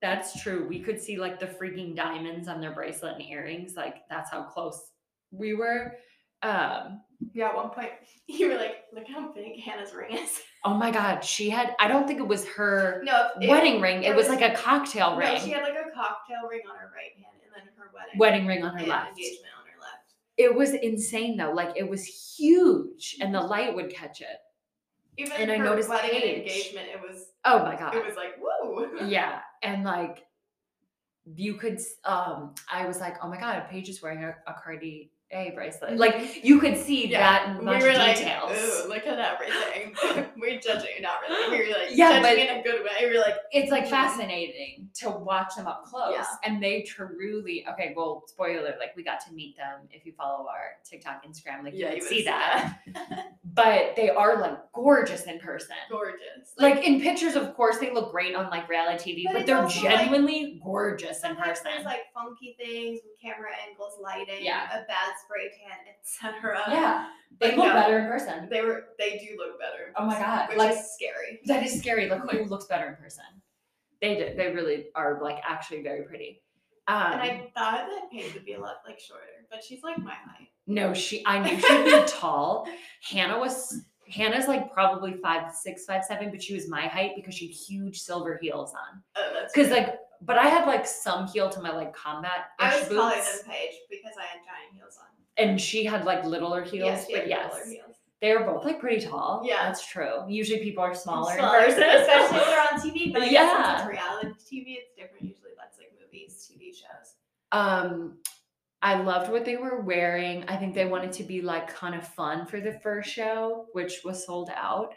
Speaker 2: that's true. We could see like the freaking diamonds on their bracelet and earrings. Like that's how close we were. Um,
Speaker 1: Yeah, at one point, you were like, look how big Hannah's ring is.
Speaker 2: oh my God, she had. I don't think it was her.
Speaker 1: No, it-
Speaker 2: wedding ring.
Speaker 1: it
Speaker 2: It was
Speaker 1: was-
Speaker 2: like a cocktail
Speaker 1: no,
Speaker 2: ring.
Speaker 1: she had like a cocktail ring on her right hand, and then her wedding
Speaker 2: wedding ring on her
Speaker 1: and
Speaker 2: left.
Speaker 1: engagement on her left.
Speaker 2: It was insane though. Like it was huge and the light would catch it.
Speaker 1: Even
Speaker 2: And I
Speaker 1: her
Speaker 2: noticed
Speaker 1: wedding and
Speaker 2: Paige.
Speaker 1: engagement, it was
Speaker 2: Oh my god.
Speaker 1: it was like whoa.
Speaker 2: yeah. And like you could s- um I was like, "Oh my god, Paige is wearing a, a Cardi a bracelet. Like you could see
Speaker 1: Mm-hmm. Yeah,
Speaker 2: that in
Speaker 1: We
Speaker 2: much
Speaker 1: were
Speaker 2: details.
Speaker 1: like, ooh, look at everything. we're judging, not really. We were like,
Speaker 2: Yeah,
Speaker 1: judging in a good way. We were like,
Speaker 2: it's like
Speaker 1: Mhm.
Speaker 2: fascinating to watch them up close
Speaker 1: Yeah.
Speaker 2: and they truly okay well spoiler like we got to meet them if you follow our tiktok instagram like
Speaker 1: yeah,
Speaker 2: you
Speaker 1: you
Speaker 2: would
Speaker 1: would
Speaker 2: see that. but they are like gorgeous in person
Speaker 1: Gorgeous.
Speaker 2: like in pictures of course they look great on like reality tv
Speaker 1: But
Speaker 2: but,
Speaker 1: it's
Speaker 2: they're
Speaker 1: also, like,
Speaker 2: genuinely gorgeous in
Speaker 1: Sometimes
Speaker 2: person
Speaker 1: there's like funky things with camera angles, lighting,
Speaker 2: Yeah.
Speaker 1: a bad spray tan, etc.
Speaker 2: yeah they
Speaker 1: But
Speaker 2: look
Speaker 1: no.
Speaker 2: better in person
Speaker 1: They were they do look better. in
Speaker 2: Oh my
Speaker 1: person,
Speaker 2: God,
Speaker 1: Which
Speaker 2: like-
Speaker 1: is scary.
Speaker 2: that is scary like who looks better in person they do they really are like actually very pretty um,
Speaker 1: And I thought that Paige would be a lot like shorter, but she's like my height.
Speaker 2: No, she. I knew she'd be tall. Hannah was. Hannah's like probably five six, five seven, but she was my height because she had huge silver heels on.
Speaker 1: Oh, that's
Speaker 2: Because
Speaker 1: weird.
Speaker 2: like, but I had like some heel to my like combat
Speaker 1: I was
Speaker 2: ish
Speaker 1: taller
Speaker 2: boots,
Speaker 1: than Paige because I had giant heels on.
Speaker 2: and she had like littler heels.
Speaker 1: Yes, she
Speaker 2: but
Speaker 1: had
Speaker 2: yes,
Speaker 1: taller heels.
Speaker 2: they're both like pretty tall.
Speaker 1: Yeah.
Speaker 2: that's true. Usually people are smaller, in
Speaker 1: Smaller,
Speaker 2: person.
Speaker 1: especially if they're on TV. But I guess
Speaker 2: Yeah.
Speaker 1: since it's reality TV, it's different. Usually that's like movies, TV shows.
Speaker 2: um, I loved what they were wearing. I think they wanted to be like kind of fun for the first show, which was sold out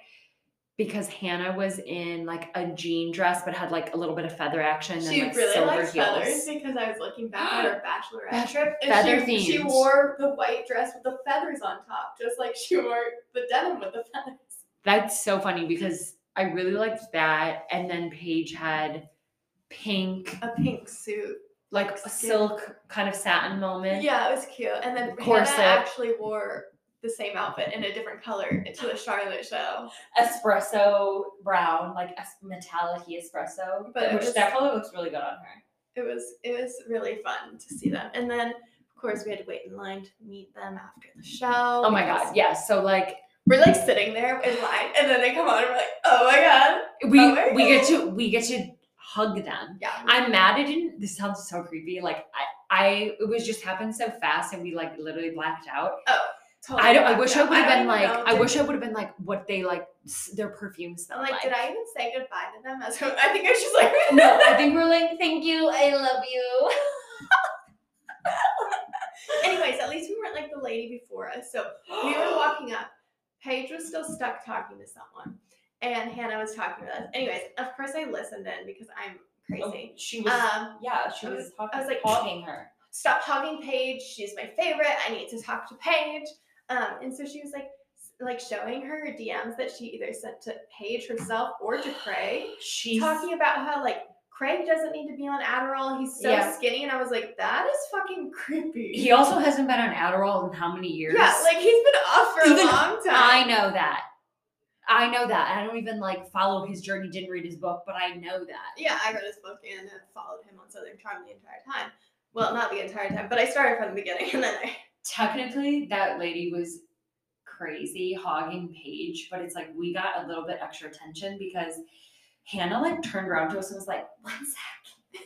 Speaker 2: because Hannah was in like a jean dress but had like a little bit of feather action and
Speaker 1: She
Speaker 2: like
Speaker 1: really
Speaker 2: silver
Speaker 1: likes feathers
Speaker 2: heels.
Speaker 1: because I was looking back at her
Speaker 2: Fe-
Speaker 1: bachelorette trip and
Speaker 2: feather
Speaker 1: she, she
Speaker 2: themed.
Speaker 1: wore the white dress with the feathers on top, just like she wore the denim with the feathers.
Speaker 2: That's so funny because I really liked that. And then Paige had pink,
Speaker 1: A pink suit.
Speaker 2: like
Speaker 1: Skin.
Speaker 2: silk kind of satin moment.
Speaker 1: Yeah, it was cute. And then
Speaker 2: Corset.
Speaker 1: Hannah actually wore the same outfit in a different color to the Charlotte show.
Speaker 2: Espresso brown, like es- metallic espresso.
Speaker 1: But it
Speaker 2: which
Speaker 1: was-
Speaker 2: definitely looks really good on her.
Speaker 1: It was it was really fun to see them. And then of course we had to wait in line to meet them after the show.
Speaker 2: Oh my god, yeah. So like
Speaker 1: We're like sitting there in line and then they come on and we're like, oh my god.
Speaker 2: we
Speaker 1: Oh my
Speaker 2: we get to we get to hug them.
Speaker 1: Yeah.
Speaker 2: I'm mad it didn't. This sounds so creepy. Like I, I it was just happened so fast, and we like literally blacked out.
Speaker 1: totally
Speaker 2: I don't. I
Speaker 1: fucked
Speaker 2: wish I
Speaker 1: up.
Speaker 2: would have
Speaker 1: Oh, don't
Speaker 2: been
Speaker 1: even
Speaker 2: like.
Speaker 1: know
Speaker 2: I
Speaker 1: if
Speaker 2: wish I would have been like what they like s- their perfume smelled
Speaker 1: I'm
Speaker 2: like.
Speaker 1: like, did I even say goodbye to them? As I think I was just like,
Speaker 2: no, I think we're like, thank you, I love you.
Speaker 1: anyways, at least we weren't like the lady before us. So we were walking up. Paige was still stuck talking to someone, and Hannah was talking with us. Anyways, of course I listened in because I'm crazy.
Speaker 2: Oh, She was.
Speaker 1: Um,
Speaker 2: yeah, she
Speaker 1: I
Speaker 2: was.
Speaker 1: was-
Speaker 2: talking,
Speaker 1: I was like-
Speaker 2: hogging her.
Speaker 1: stop hogging Paige. She's my favorite. I need to talk to Paige. Um, and so she was like, s- like showing her DMs that she either sent to Paige herself or to Craig.
Speaker 2: She's
Speaker 1: talking about how like Craig doesn't need to be on Adderall. He's so
Speaker 2: Yeah.
Speaker 1: skinny, and I was like, that is fucking creepy.
Speaker 2: He also hasn't been on Adderall in how many years?
Speaker 1: yeah, like he's been off for
Speaker 2: Even
Speaker 1: a long time.
Speaker 2: I know that. I know that. I don't even like follow his journey, didn't read his book, but I know that.
Speaker 1: yeah, I read his book and have followed him on Southern Charm the entire time. Well, not the entire time, but I started from the beginning, and then I
Speaker 2: Technically, that lady was crazy hogging Paige, but it's like we got a little bit extra attention because Hannah like turned around to us and was like, one sec.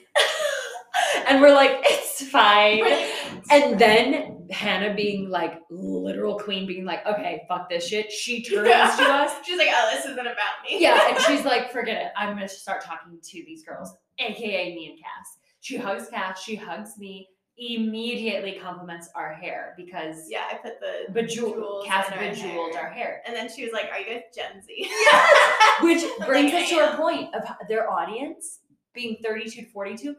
Speaker 2: and we're like, it's fine. And then Hannah being like literal queen, being like, okay, fuck this shit. She turns to us
Speaker 1: she's like, "Oh, this isn't about me."
Speaker 2: Yeah, and she's like, forget it. I'm gonna start talking to these girls, aka me and Cass. She hugs Cass, she hugs me, immediately compliments our hair because
Speaker 1: yeah. I put the
Speaker 2: bejeweled
Speaker 1: jewels
Speaker 2: Cass
Speaker 1: in our
Speaker 2: bejeweled
Speaker 1: hair.
Speaker 2: our hair.
Speaker 1: and then she was like, "Are you guys Gen Z?"
Speaker 2: Which brings
Speaker 1: Like,
Speaker 2: us to our point of their audience being 32 to 42.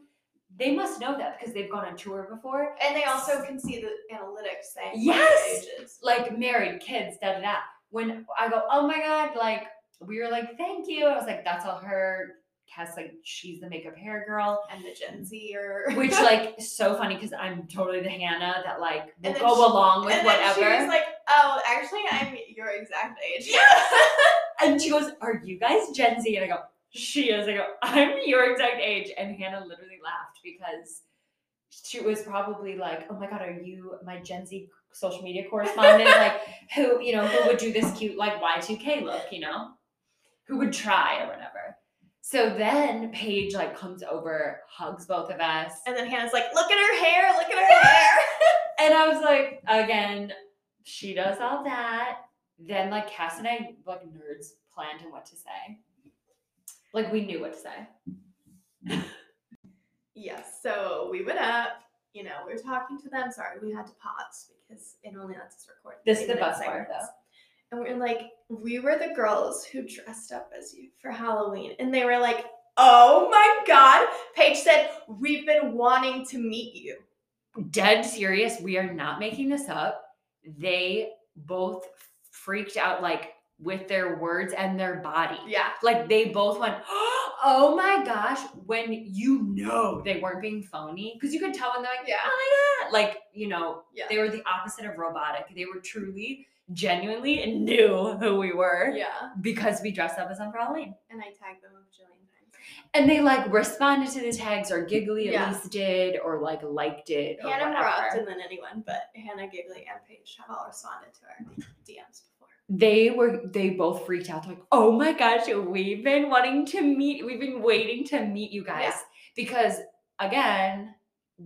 Speaker 2: They must know that because they've gone on tour before.
Speaker 1: and they also can see the analytics saying what
Speaker 2: Yes!
Speaker 1: their ages.
Speaker 2: Like married, kids, da da da. When I go, oh my god, like we were like, thank you. I was like, that's all her. Cass, like, she's the makeup hair girl.
Speaker 1: and the Gen Z or
Speaker 2: which like is so funny because I'm totally the Hannah that like will
Speaker 1: And then
Speaker 2: go
Speaker 1: she-
Speaker 2: along with
Speaker 1: and then
Speaker 2: whatever.
Speaker 1: she was like, "Oh, actually, I'm your exact age."
Speaker 2: and she goes, "Are you guys Gen Z?" And I go, "She is." I go, "I'm your exact age." And Hannah literally laughed because she was probably like, "Oh my god, are you my Gen Z social media correspondent? like, who you know who would do this cute like Y2K look? You know, who would try or whatever." So then Paige like comes over, hugs both of us,
Speaker 1: And then Hannah's like, "Look at her hair! Look at her hair!"
Speaker 2: And I was like, again, she does all that. Then like Cass and I like nerds planned on what to say. Like we knew what to say.
Speaker 1: Yes. So we went up. You know, we were talking to them. Sorry, we had to pause because it only lets us record.
Speaker 2: This is the
Speaker 1: 30-minute
Speaker 2: best part,
Speaker 1: segments. And we're like, we were the girls who dressed up as you for Halloween, and they were like, "Oh my God!" Paige said, "We've been wanting to meet you."
Speaker 2: dead serious. We are not making this up. They both freaked out like with their words and their body.
Speaker 1: Yeah,
Speaker 2: Like they both went, oh my gosh, when you know they weren't being phony. Because you could tell when they're like,
Speaker 1: Yeah.
Speaker 2: oh my God. Like, you know,
Speaker 1: yeah,
Speaker 2: they were the opposite of robotic. They were truly, genuinely knew who we were
Speaker 1: yeah.
Speaker 2: because we dressed up as them for Halloween.
Speaker 1: And I tagged them a jillion times.
Speaker 2: And they like responded to the tags or giggly at
Speaker 1: Yeah.
Speaker 2: least did or like liked it. Or
Speaker 1: Hannah more
Speaker 2: whatever.
Speaker 1: often than anyone, but Hannah, Giggly, and Paige have all responded to our DMs before.
Speaker 2: they were they both freaked out They're like oh my gosh we've been wanting to meet we've been waiting to meet you guys
Speaker 1: Yeah.
Speaker 2: because again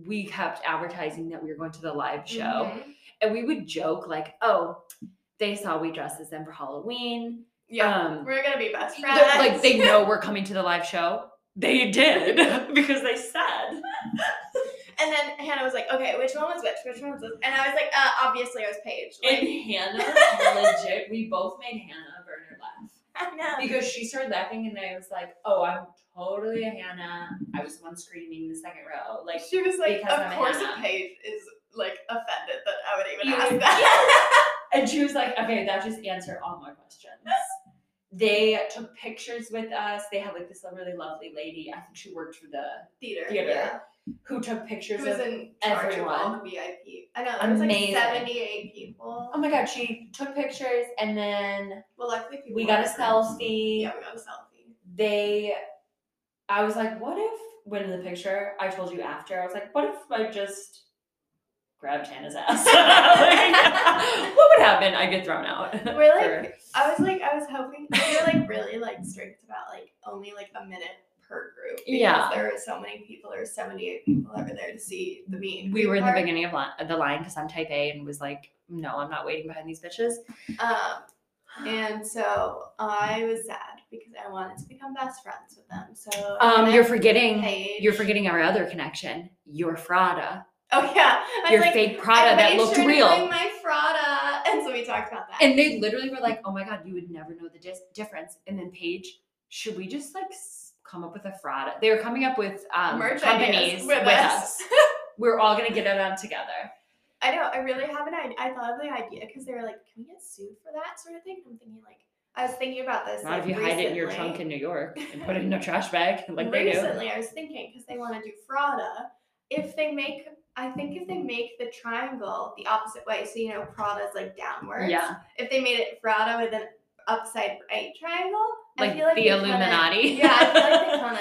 Speaker 2: we kept advertising that we were going to the live show
Speaker 1: Mm-hmm.
Speaker 2: and we would joke like oh they saw we dress as them for halloween
Speaker 1: Yeah,
Speaker 2: um
Speaker 1: we're gonna be best friends.
Speaker 2: they're- like they know we're coming to the live show they did because they said
Speaker 1: And then Hannah was like, okay, which one was which? Which one was this? And I was like, uh, obviously it was Paige.
Speaker 2: and
Speaker 1: Like,
Speaker 2: hannah legit we both made hannah burner laugh
Speaker 1: I know.
Speaker 2: because she started laughing and I was like, oh, I'm totally a Hannah. I was the one screaming in the second row. Like,
Speaker 1: she was like,
Speaker 2: because
Speaker 1: of
Speaker 2: I'm
Speaker 1: course
Speaker 2: Hannah.
Speaker 1: Paige is like offended that I would even
Speaker 2: You
Speaker 1: ask
Speaker 2: would-
Speaker 1: that.
Speaker 2: and she was like, okay, that just answered all my questions. They took pictures with us. They had like this really lovely lady. I think she worked for the
Speaker 1: Theater.
Speaker 2: Theater.
Speaker 1: Yeah.
Speaker 2: who took pictures
Speaker 1: Who was
Speaker 2: of.
Speaker 1: in charge of all
Speaker 2: everyone.
Speaker 1: the VIP. I know, there was
Speaker 2: Amazing.
Speaker 1: like 78 people.
Speaker 2: Oh my god, she took pictures and then
Speaker 1: Well, luckily people
Speaker 2: we got a
Speaker 1: weren't friends.
Speaker 2: selfie.
Speaker 1: Yeah, we got a selfie.
Speaker 2: They, I was like, what if when in the picture I told you after I was like, what if I just grabbed Hannah's ass? Like, what would happen? I'd get thrown out.
Speaker 1: We're like,
Speaker 2: for-
Speaker 1: I was like, I was hoping we were like really like strict about like only like a minute per group. because
Speaker 2: Yeah.
Speaker 1: There were so many people, there were 78 people that were there to see the meet.
Speaker 2: we were in the
Speaker 1: part.
Speaker 2: beginning of line, the line because I'm type A and was like, no, I'm not waiting behind these bitches.
Speaker 1: Um, and so I was sad because I wanted to become best friends with them. So
Speaker 2: Um,
Speaker 1: and
Speaker 2: you're
Speaker 1: I
Speaker 2: forgetting,
Speaker 1: Paige.
Speaker 2: you're forgetting our other connection. Your Frada,
Speaker 1: Oh yeah. I was
Speaker 2: your
Speaker 1: like,
Speaker 2: fake Prada
Speaker 1: I
Speaker 2: that
Speaker 1: made
Speaker 2: looked
Speaker 1: sure to
Speaker 2: real.
Speaker 1: bring my Frada, and so we talked about that.
Speaker 2: and they literally were like, oh my god, you would never know the dis- difference. And then Paige, should we just like s- come up with a Frada? They were coming up with um,
Speaker 1: Merch
Speaker 2: companies
Speaker 1: ideas
Speaker 2: with, us. we're all gonna get it on together.
Speaker 1: I know. I really have an idea. I thought of the idea because they were like, "Can we get sued for that sort of thing?" I'm thinking like, I was thinking about this.
Speaker 2: Not
Speaker 1: like,
Speaker 2: if you hide it in your
Speaker 1: recently.
Speaker 2: trunk in New York and put it in a trash bag like they do.
Speaker 1: recently, I was thinking because they want to do Prada. If they make, I think if they make the triangle the opposite way, so you know Prada's like downwards.
Speaker 2: Yeah,
Speaker 1: If they made it Prada with an upside right triangle, I
Speaker 2: like
Speaker 1: feel like
Speaker 2: the
Speaker 1: they kinda-
Speaker 2: Illuminati.
Speaker 1: yeah, I feel like they kind of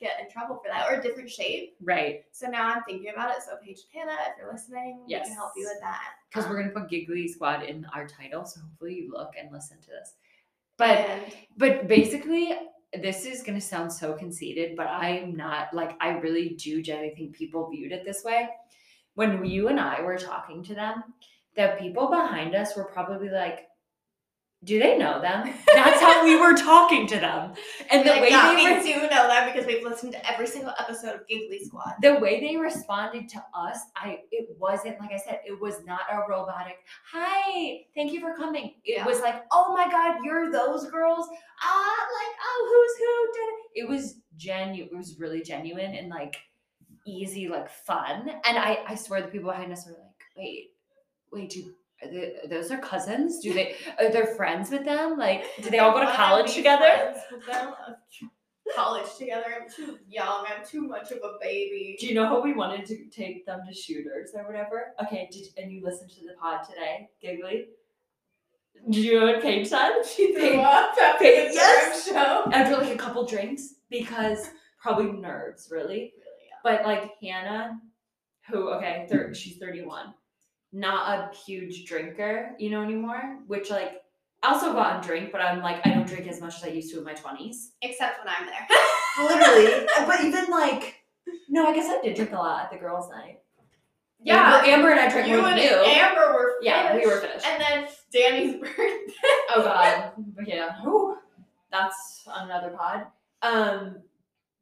Speaker 1: get in trouble for that or a different shape.
Speaker 2: right.
Speaker 1: So now I'm thinking about it. So Paige and Hannah, if you're listening, we
Speaker 2: Yes.
Speaker 1: can help you with that.
Speaker 2: because we're gonna put Giggly Squad in our title, so hopefully you look and listen to this. But
Speaker 1: And-
Speaker 2: but basically, this is gonna sound so conceited, but I'm not like I really do generally think people viewed it this way. When you and I were talking to them, the people behind us were probably like, "Do they know them?" That's how we were talking to them, and the
Speaker 1: Like,
Speaker 2: way
Speaker 1: yeah,
Speaker 2: they
Speaker 1: we
Speaker 2: were
Speaker 1: do know that because we've listened to every single episode of Giggly Squad.
Speaker 2: the way they responded to us, I it wasn't like I said, it was not a robotic "Hi, thank you for coming." It
Speaker 1: Yeah.
Speaker 2: was like, "Oh my God, you're those girls!" Ah, like, oh, who's who? Da- da." It was genuine. It was really genuine and like easy, like fun. And I, I swear, the people behind us were like, "Wait, wait, do." Are they, those are cousins. Do they are they friends with them? Like, do they all go to
Speaker 1: Wanna
Speaker 2: college
Speaker 1: be
Speaker 2: together?
Speaker 1: friends with them? college together. I'm too young. I'm too much of a baby.
Speaker 2: Do you know how we wanted to take them to shooters or whatever? Okay, did and you listened to the pod today, Giggly? Did you know what Paige said? She
Speaker 1: Threw up after the
Speaker 2: Paige- yes.
Speaker 1: Durham show.
Speaker 2: after like a couple drinks because probably nerves, really. But like Hannah, who okay, thir- she's thirty one, not a huge drinker, you know anymore. Which like I also go out and drink, but I'm like I don't drink as much as I used to in my twenties.
Speaker 1: Except when I'm there.
Speaker 2: Literally, but even like no, I guess I did drink a lot at the girls' night. Yeah, Amber, Amber and I drank
Speaker 1: you
Speaker 2: more than
Speaker 1: and
Speaker 2: you.
Speaker 1: Amber were
Speaker 2: yeah, we were
Speaker 1: fish.
Speaker 2: finished.
Speaker 1: And then Danny's birthday.
Speaker 2: oh god, yeah, Whew. that's another pod. Um,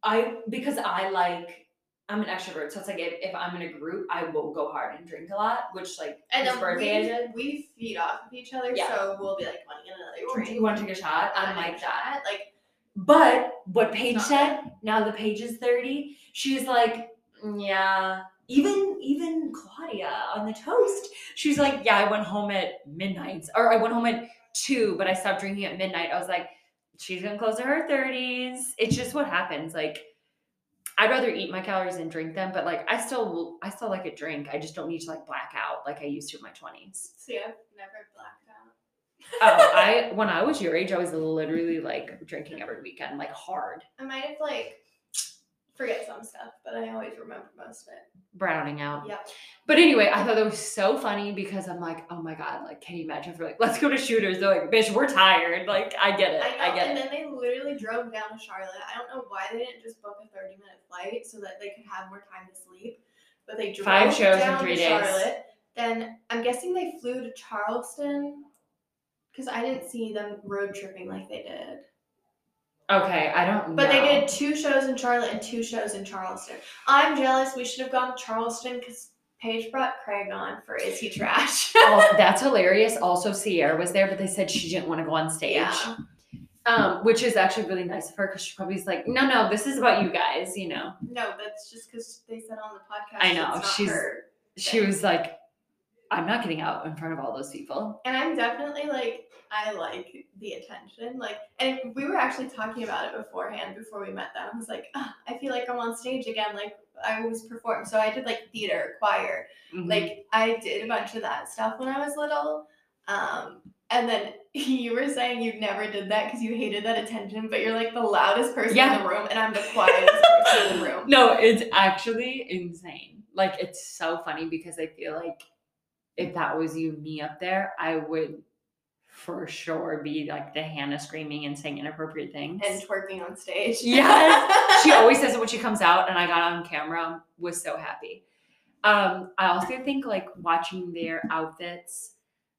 Speaker 2: I because I like I'm an extrovert, so it's like if, if I'm in a group, I will go hard and drink a lot, which like
Speaker 1: And
Speaker 2: this
Speaker 1: then
Speaker 2: birthday I did.
Speaker 1: we, we feed off of each other,
Speaker 2: Yeah. Oh,
Speaker 1: so we'll be like, "Want to get another drink?"
Speaker 2: Do you want to take a shot? I'm
Speaker 1: Wanna
Speaker 2: like
Speaker 1: drink
Speaker 2: that.
Speaker 1: Like,
Speaker 2: But what Paige
Speaker 1: Not
Speaker 2: said, now the Paige is 30, she's like, "Mm, yeah. Even even Claudia on the toast, she's like, yeah, I went home at midnight. Or I went home at two, but I stopped drinking at midnight. I was like, she's gonna close to her 30s. It's just what happens. Like, I'd rather eat my calories and drink them, but like I still will I still like a drink. I just don't need to like black out like I used to in my 20s.
Speaker 1: see, I've never blacked out.
Speaker 2: Oh, I when I was your age, I was literally like drinking every weekend, like hard.
Speaker 1: I might have like forget some stuff, but I always remember most of it.
Speaker 2: browning out.
Speaker 1: Yeah.
Speaker 2: But anyway, I thought that was so funny because I'm like, oh my god, like, can you imagine if we're like, let's go to shooters? They're like, bitch, we're tired. Like, I get it.
Speaker 1: I know,
Speaker 2: I, get
Speaker 1: and then
Speaker 2: it.
Speaker 1: they literally drove down to Charlotte. I don't know why they didn't just book a thirty-minute flight so that they could have more time to sleep. But they drove
Speaker 2: Five shows in
Speaker 1: down to
Speaker 2: three days.
Speaker 1: Charlotte. Then I'm guessing they flew to Charleston because I didn't see them road tripping like they did.
Speaker 2: Okay, I don't.
Speaker 1: But they
Speaker 2: know.
Speaker 1: did two shows in Charlotte and two shows in Charleston. I'm jealous. We should have gone to Charleston because Paige brought Craig on for Is He Trash?
Speaker 2: Oh, that's hilarious. Also, Sierra was there, but they said she didn't want to go on stage.
Speaker 1: yeah.
Speaker 2: Um, which is actually really nice of her because she probably is like, no, no, this is about you guys. You know,
Speaker 1: No, that's just because they said on the podcast.
Speaker 2: I know,
Speaker 1: it's not
Speaker 2: she's-
Speaker 1: her.
Speaker 2: she was like, I'm not getting out in front of all those people.
Speaker 1: And I'm definitely like, I like the attention. Like, and we were actually talking about it beforehand before we met them. I was like, "Ah, I feel like I'm on stage again. Like, I always perform. So I did like theater, choir,
Speaker 2: Mhm.
Speaker 1: Like I did a bunch of that stuff when I was little. Um, and then you were saying you never did that because you hated that attention, but you're like the loudest person
Speaker 2: Yeah.
Speaker 1: in the room, and I'm the quietest person in the room.
Speaker 2: No, it's actually insane. Like it's so funny because I feel like if that was you, me up there, I would for sure be like the Hannah screaming and saying inappropriate things.
Speaker 1: And twerking on stage.
Speaker 2: Yes. she always says it when she comes out, and I got on camera, was so happy. Um, I also think like watching their outfits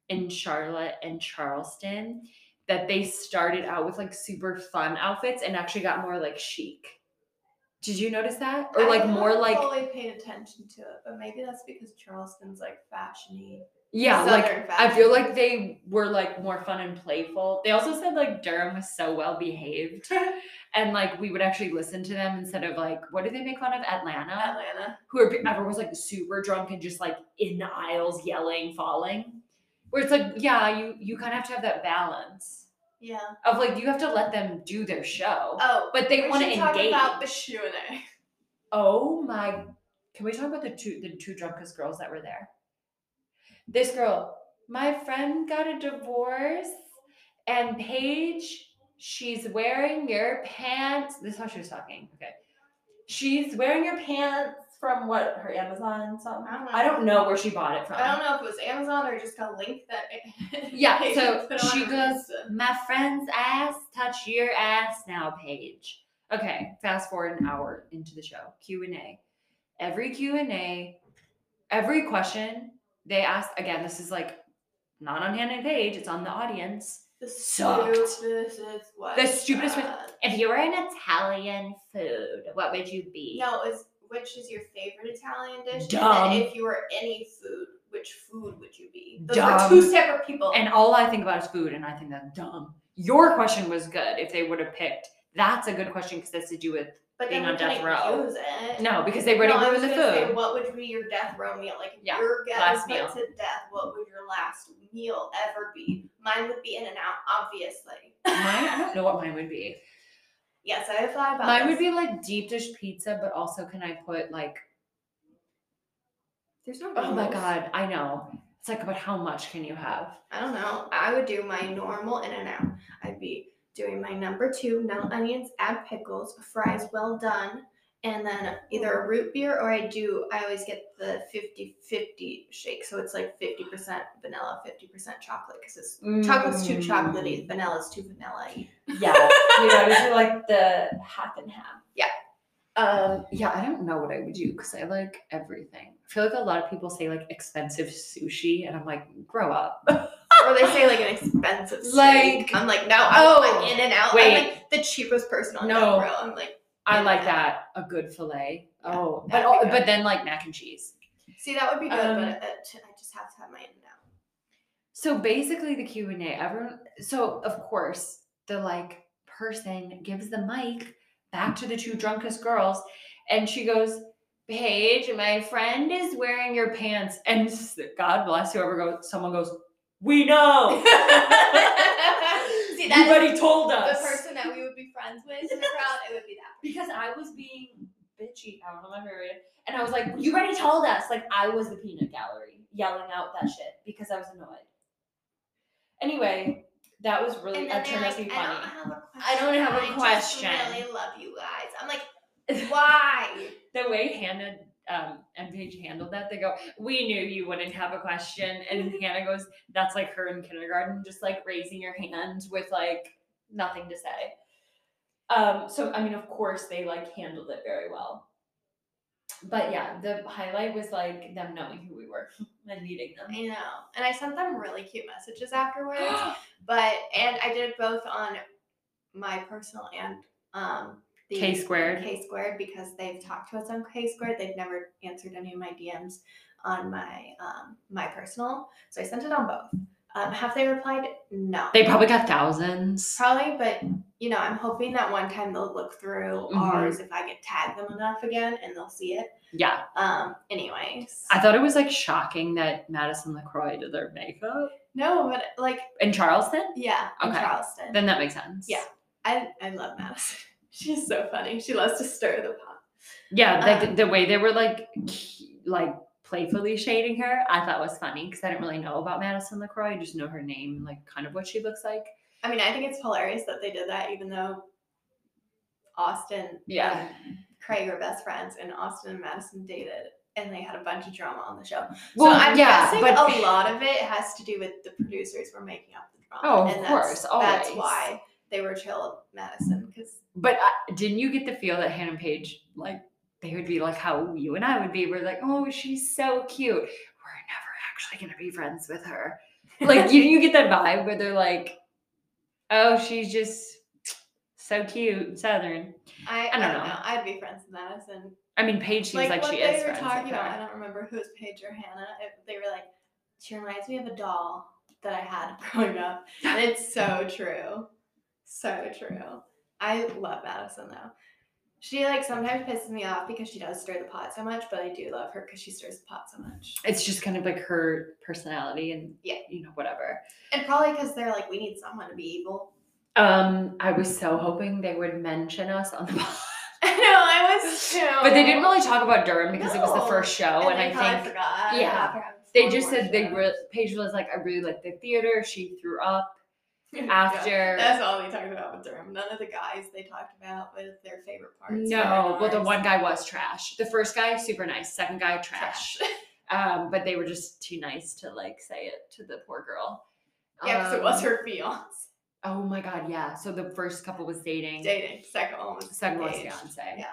Speaker 2: in Charlotte and Charleston, that they started out with like super fun outfits and actually got more like chic. Did you notice that? Or like more like
Speaker 1: I always paid attention to it, but maybe that's because Charleston's like fashiony.
Speaker 2: yeah, like
Speaker 1: Southern
Speaker 2: I feel
Speaker 1: fashion.
Speaker 2: like they were like more fun and playful. They also said like Durham was so well behaved. And like we would actually listen to them instead of like, what do they make fun of? Atlanta.
Speaker 1: Atlanta.
Speaker 2: who are, everyone was like super drunk and just like in the aisles yelling, falling. Where it's like, yeah, you you kind of have to have that balance
Speaker 1: Yeah.
Speaker 2: of like you have to let them do their show,
Speaker 1: Oh,
Speaker 2: but they
Speaker 1: we
Speaker 2: want to
Speaker 1: should talk
Speaker 2: engage.
Speaker 1: about Bashune.
Speaker 2: oh my! Can we talk about the two the two drunkest girls that were there? This girl, my friend, got a divorce, and Paige, she's wearing your pants. This is how she was talking. Okay, she's wearing your pants from what her Amazon something.
Speaker 1: I don't know.
Speaker 2: I don't know where she bought it from.
Speaker 1: I don't know if it was Amazon or just a link that. it-
Speaker 2: Yeah,
Speaker 1: they
Speaker 2: so
Speaker 1: put on
Speaker 2: she
Speaker 1: her
Speaker 2: goes,
Speaker 1: Insta.
Speaker 2: My friend's ass, touch your ass now, Paige. Okay, fast forward an hour into the show. Q and A. Every Q and A, every question they asked. Again, this is like not on Hannah and Paige. It's on the audience.
Speaker 1: The
Speaker 2: sucked.
Speaker 1: stupidest was
Speaker 2: The stupidest was-
Speaker 1: that.
Speaker 2: If you were an Italian food, what would you be?
Speaker 1: No, is which is your favorite Italian dish?
Speaker 2: Dumb.
Speaker 1: And then if you were any food, which food would you be? Those
Speaker 2: Dumb.
Speaker 1: are two separate people.
Speaker 2: And all I think about is food, and I think that's dumb. Your question was good. If they would have picked, that's a good question because that's to do with
Speaker 1: but then
Speaker 2: being on
Speaker 1: we
Speaker 2: death
Speaker 1: couldn't
Speaker 2: row.
Speaker 1: Use it.
Speaker 2: no, because they already
Speaker 1: No, I was
Speaker 2: ruined the
Speaker 1: gonna Say,
Speaker 2: food.
Speaker 1: what would be your death row meal? Like if
Speaker 2: Yeah,
Speaker 1: your guy
Speaker 2: last
Speaker 1: put
Speaker 2: meal.
Speaker 1: to death, what would your last meal ever be? Mine would be In and Out, obviously.
Speaker 2: Mine, I don't know what mine would be.
Speaker 1: yes, I have thought about
Speaker 2: Mine would
Speaker 1: this.
Speaker 2: be like deep dish pizza, but also can I put like
Speaker 1: There's no.
Speaker 2: oh my
Speaker 1: rules.
Speaker 2: god, I know. It's like but how much can you have?
Speaker 1: I don't know. I would do my normal in and out. I'd be doing my number two, no onions, add pickles, fries well done, and then either a root beer or I do, I always get the 50 50 shake. So it's like 50% vanilla, 50% chocolate because it's chocolate's too
Speaker 2: Mm.
Speaker 1: chocolatey, vanilla's too vanilla
Speaker 2: Yeah. you know, I would do like the half and half.
Speaker 1: Yeah.
Speaker 2: Um yeah, I don't know what I would do because I like everything. I feel like a lot of people say like expensive sushi, and I'm like, grow up.
Speaker 1: Or they say like an expensive steak.
Speaker 2: Like-
Speaker 1: I'm like, no, I want
Speaker 2: Oh.
Speaker 1: my in and out.
Speaker 2: Wait.
Speaker 1: I'm like the cheapest person on
Speaker 2: No.
Speaker 1: that row. I'm like,
Speaker 2: I like that a good fillet.
Speaker 1: Yeah,
Speaker 2: oh, but
Speaker 1: that'd be
Speaker 2: oh,
Speaker 1: good.
Speaker 2: but then like mac and cheese.
Speaker 1: See, that would be good,
Speaker 2: Um,
Speaker 1: but it, it- I just have to have my in and out.
Speaker 2: So basically, the Q and A. Everyone. So of course, the like person gives the mic back to the two drunkest girls, and she goes, "Paige, my friend is wearing your pants." And s- God bless whoever goes. Someone goes, "We know.
Speaker 1: See, that
Speaker 2: Everybody told
Speaker 1: is
Speaker 2: us."
Speaker 1: the person that we would be friends with in the crowd. It would be that.
Speaker 2: because I was being bitchy. I don't know my period, and I was like, "You already told us." Like I was the peanut gallery yelling out that shit because I was annoyed. Anyway, that was really
Speaker 1: And
Speaker 2: that
Speaker 1: then they're
Speaker 2: turned out
Speaker 1: like,
Speaker 2: to be
Speaker 1: I don't
Speaker 2: funny.
Speaker 1: have a question.
Speaker 2: I don't have a question."
Speaker 1: I just really love you guys. I'm like, why?
Speaker 2: The way Hannah um, and Paige handled that, they go, "We knew you wouldn't have a question," and
Speaker 1: Mm-hmm.
Speaker 2: Hannah goes, "That's like her in kindergarten, just like raising your hand with like nothing to say." Um, so I mean, of course, they like handled it very well. But yeah, the highlight was like them knowing who we were and meeting them.
Speaker 1: I know. And I sent them really cute messages afterwards. But and I did it both on my personal and um the
Speaker 2: K squared.
Speaker 1: K squared because they've talked to us on K squared. They've never answered any of my DMs on my um my personal. So I sent it on both. Um, have they replied? No.
Speaker 2: They probably got thousands.
Speaker 1: probably, but you know, I'm hoping that one time they'll look through
Speaker 2: Mhm.
Speaker 1: ours if I get tagged them enough again and they'll see it.
Speaker 2: Yeah,
Speaker 1: Um, anyways.
Speaker 2: I thought it was like shocking that Madison Lacroix did their makeup
Speaker 1: no, but like
Speaker 2: in Charleston.
Speaker 1: yeah, in
Speaker 2: Okay.
Speaker 1: Charleston.
Speaker 2: Then that makes sense.
Speaker 1: Yeah. I, I love Madison. She's so funny. She loves to stir the pot.
Speaker 2: Yeah, like
Speaker 1: Um,
Speaker 2: the way they were like k- like playfully shading her, I thought was funny because I didn't really know about Madison Lacroix. I just know her name, like kind of what she looks like.
Speaker 1: I mean, I think it's hilarious that they did that, even though Austin,
Speaker 2: Yeah.
Speaker 1: and Craig are best friends, and Austin and Madison dated, and they had a bunch of drama on the show.
Speaker 2: Well,
Speaker 1: so I'm
Speaker 2: yeah,
Speaker 1: guessing
Speaker 2: but
Speaker 1: a lot of it has to do with the producers were making up the drama.
Speaker 2: Oh, of
Speaker 1: and that's-
Speaker 2: course,
Speaker 1: That's
Speaker 2: always.
Speaker 1: why they were chill with Madison because
Speaker 2: but I, didn't you get the feel that Hannah Page like they would be like how you and I would be? We're like, oh, she's so cute. We're never actually gonna be friends with her. Like you, you get that vibe where they're like, oh, she's just so cute, and southern.
Speaker 1: I, I,
Speaker 2: don't
Speaker 1: don't
Speaker 2: know.
Speaker 1: know. I'd be friends with Madison.
Speaker 2: I mean, Paige seems like,
Speaker 1: what
Speaker 2: she
Speaker 1: they
Speaker 2: is
Speaker 1: were
Speaker 2: friends
Speaker 1: talking
Speaker 2: with her.
Speaker 1: about. I don't remember who was Paige or Hannah. It, they were like, she reminds me of a doll that I had growing up, and it's so true, so true. I love Madison though. She like sometimes pisses me off because she does stir the pot so much, but I do love her because she stirs the pot so much.
Speaker 2: it's just kind of like her personality and
Speaker 1: Yeah.
Speaker 2: you know whatever
Speaker 1: And probably because they're like, we need someone to be evil.
Speaker 2: um i was so hoping they would mention us on the pod
Speaker 1: I know, I was too.
Speaker 2: but they didn't really talk about durham because it was the
Speaker 1: No.
Speaker 2: first show and,
Speaker 1: they
Speaker 2: i
Speaker 1: probably
Speaker 2: think
Speaker 1: forgot.
Speaker 2: yeah,
Speaker 1: about her.
Speaker 2: they
Speaker 1: One
Speaker 2: just
Speaker 1: more
Speaker 2: said they
Speaker 1: show.
Speaker 2: were paige was like i really like the theater she threw up after
Speaker 1: That's all they talked about with Durham. None of the guys they talked about was their favorite parts.
Speaker 2: no well
Speaker 1: but
Speaker 2: the one guy was trash the first guy super nice second guy trash,
Speaker 1: trash.
Speaker 2: um but they were just too nice to like say it to the poor girl
Speaker 1: yeah, because it was
Speaker 2: Um,
Speaker 1: her fiance
Speaker 2: oh my god yeah so the first couple was dating
Speaker 1: dating. Second one was
Speaker 2: second was
Speaker 1: engaged.
Speaker 2: fiance
Speaker 1: Yeah.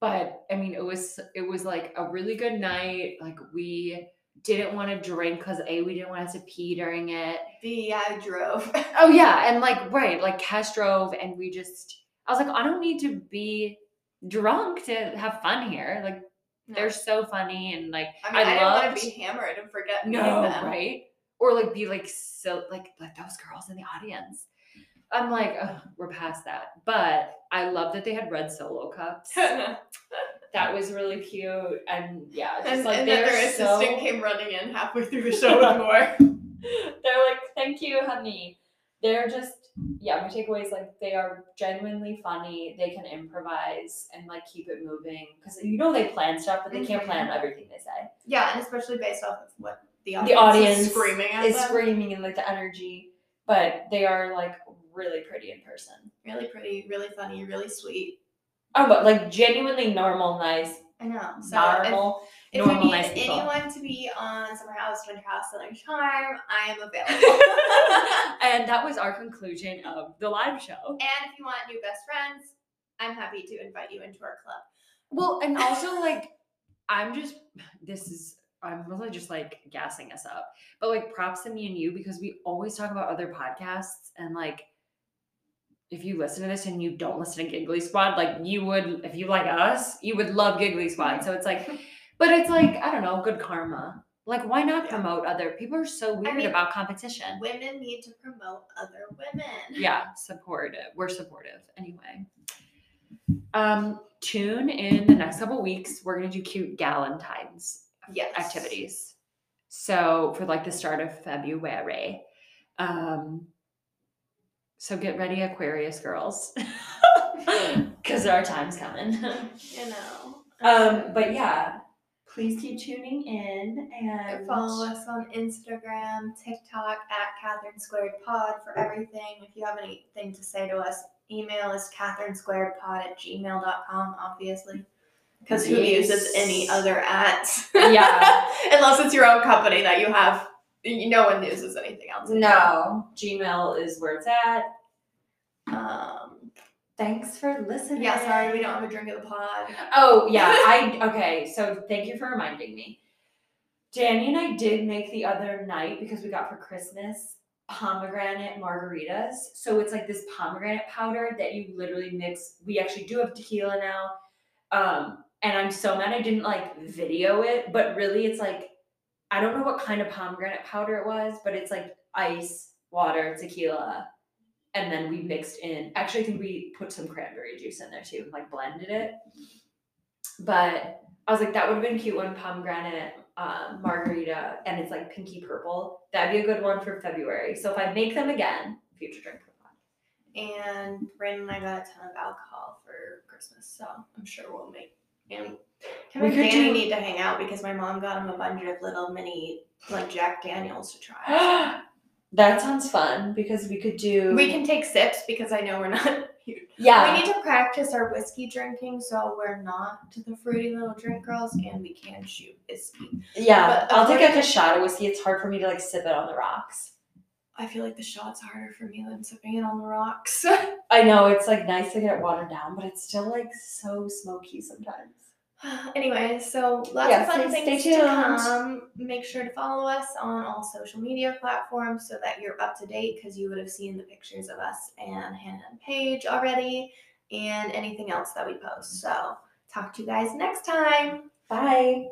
Speaker 2: but I mean, it was it was like a really good night. Like we didn't want to drink because a we didn't want to have to pee during it.
Speaker 1: B, I drove.
Speaker 2: Oh yeah, and like right, like Cash drove, and we just I was like, I don't need to be drunk to have fun here. Like they're so funny and like
Speaker 1: I mean, I, didn't
Speaker 2: loved
Speaker 1: want to be hammered and forget any
Speaker 2: no
Speaker 1: of them.
Speaker 2: right or like be like so like like those girls in the audience. I'm like, "Ugh, we're past that. But I love that they had red solo cups. that was really cute. And yeah, just
Speaker 1: and
Speaker 2: like
Speaker 1: and then
Speaker 2: they're
Speaker 1: their
Speaker 2: so,
Speaker 1: assistant came running in halfway through the show with more.
Speaker 2: They're like, thank you, honey. They're just yeah, my takeaway is like they are genuinely funny. They can improvise and like keep it moving. Cause you know they plan stuff, but they can't plan
Speaker 1: Mm-hmm.
Speaker 2: everything they say.
Speaker 1: Yeah, and especially based off of what the audience,
Speaker 2: The audience
Speaker 1: is screaming at
Speaker 2: is
Speaker 1: them.
Speaker 2: screaming and like the energy, but they are like really pretty in person.
Speaker 1: really pretty, really funny, really sweet.
Speaker 2: Oh, but like genuinely normal, nice,
Speaker 1: I know. So if-
Speaker 2: normal.
Speaker 1: if, you need
Speaker 2: normalize people.
Speaker 1: anyone to be on Summer House, Winter House, Southern Charm, I am available.
Speaker 2: and that was our conclusion of the live show.
Speaker 1: and if you want new best friends, I'm happy to invite you into our club.
Speaker 2: Well, and also like I'm just this is I'm really just like gassing us up. But like props to me and you because we always talk about other podcasts and like if you listen to this and you don't listen to Giggly Squad, like you would, if you like us, you would love Giggly Squad. So it's like, but it's like, I don't know, good karma. Like, why not
Speaker 1: Yeah.
Speaker 2: promote other people? Are so weird
Speaker 1: mean-
Speaker 2: about competition.
Speaker 1: Women need to promote other women.
Speaker 2: Yeah, supportive. We're supportive anyway. Um, tune in the next couple weeks. We're gonna do cute Galentine's
Speaker 1: Yes.
Speaker 2: activities. So for like the start of February. Um, so get ready, Aquarius girls, because our time's coming.
Speaker 1: You know.
Speaker 2: Um, but yeah, please keep tuning in and
Speaker 1: Follow us on Instagram, TikTok at Catherine Squared Pod for everything. If you have anything to say to us, email us Catherine Squared Pod at gmail.com, obviously. Because who
Speaker 2: Yes.
Speaker 1: uses any other ads?
Speaker 2: Yeah.
Speaker 1: Unless it's your own company that you have. y- No one uses anything else.
Speaker 2: No, Gmail is where it's at.
Speaker 1: Um,
Speaker 2: Thanks for listening.
Speaker 1: yeah, sorry, we don't have a drink of the pod.
Speaker 2: Oh yeah, I okay. So thank you for reminding me. Danny and I did make the other night because we got for Christmas pomegranate margaritas. So it's like this pomegranate powder that you literally mix. We actually do have tequila now. Um, and I'm so mad I didn't like video it, but really it's like I don't know what kind of pomegranate powder it was, but it's like ice, water, tequila, and then we mixed in. Actually, I think we put some cranberry juice in there too, like blended it but I was like, that would have been a cute one, pomegranate uh, margarita, and it's like pinky purple. That'd be a good one for February. So if I make them again, future drink for fun.
Speaker 1: And Brandon and I got a ton of alcohol for Christmas, so I'm sure we'll make him. Him
Speaker 2: We
Speaker 1: and
Speaker 2: could
Speaker 1: Danny
Speaker 2: do-
Speaker 1: need to hang out because my mom got him a bunch of little mini like Jack Daniels to try.
Speaker 2: that sounds fun because we could do.
Speaker 1: we can take sips because I know we're not.
Speaker 2: Yeah.
Speaker 1: We need to practice our whiskey drinking so we're not the fruity little drink girls and we can shoot whiskey.
Speaker 2: yeah.
Speaker 1: but
Speaker 2: I'll take like a
Speaker 1: according-
Speaker 2: shot of whiskey. It's hard for me to like sip it on the rocks.
Speaker 1: I feel like the shot's harder for me than sipping it on the rocks.
Speaker 2: I know it's like nice to get it watered down, but it's still like so smoky sometimes.
Speaker 1: anyway, so lots
Speaker 2: Yeah,
Speaker 1: of fun
Speaker 2: stay-
Speaker 1: things
Speaker 2: stay
Speaker 1: to
Speaker 2: tuned.
Speaker 1: come. Make sure to follow us on all social media platforms so that you're up to date because you would have seen the pictures of us and Hannah and Paige already and anything else that we post. So talk to you guys next time.
Speaker 2: Bye.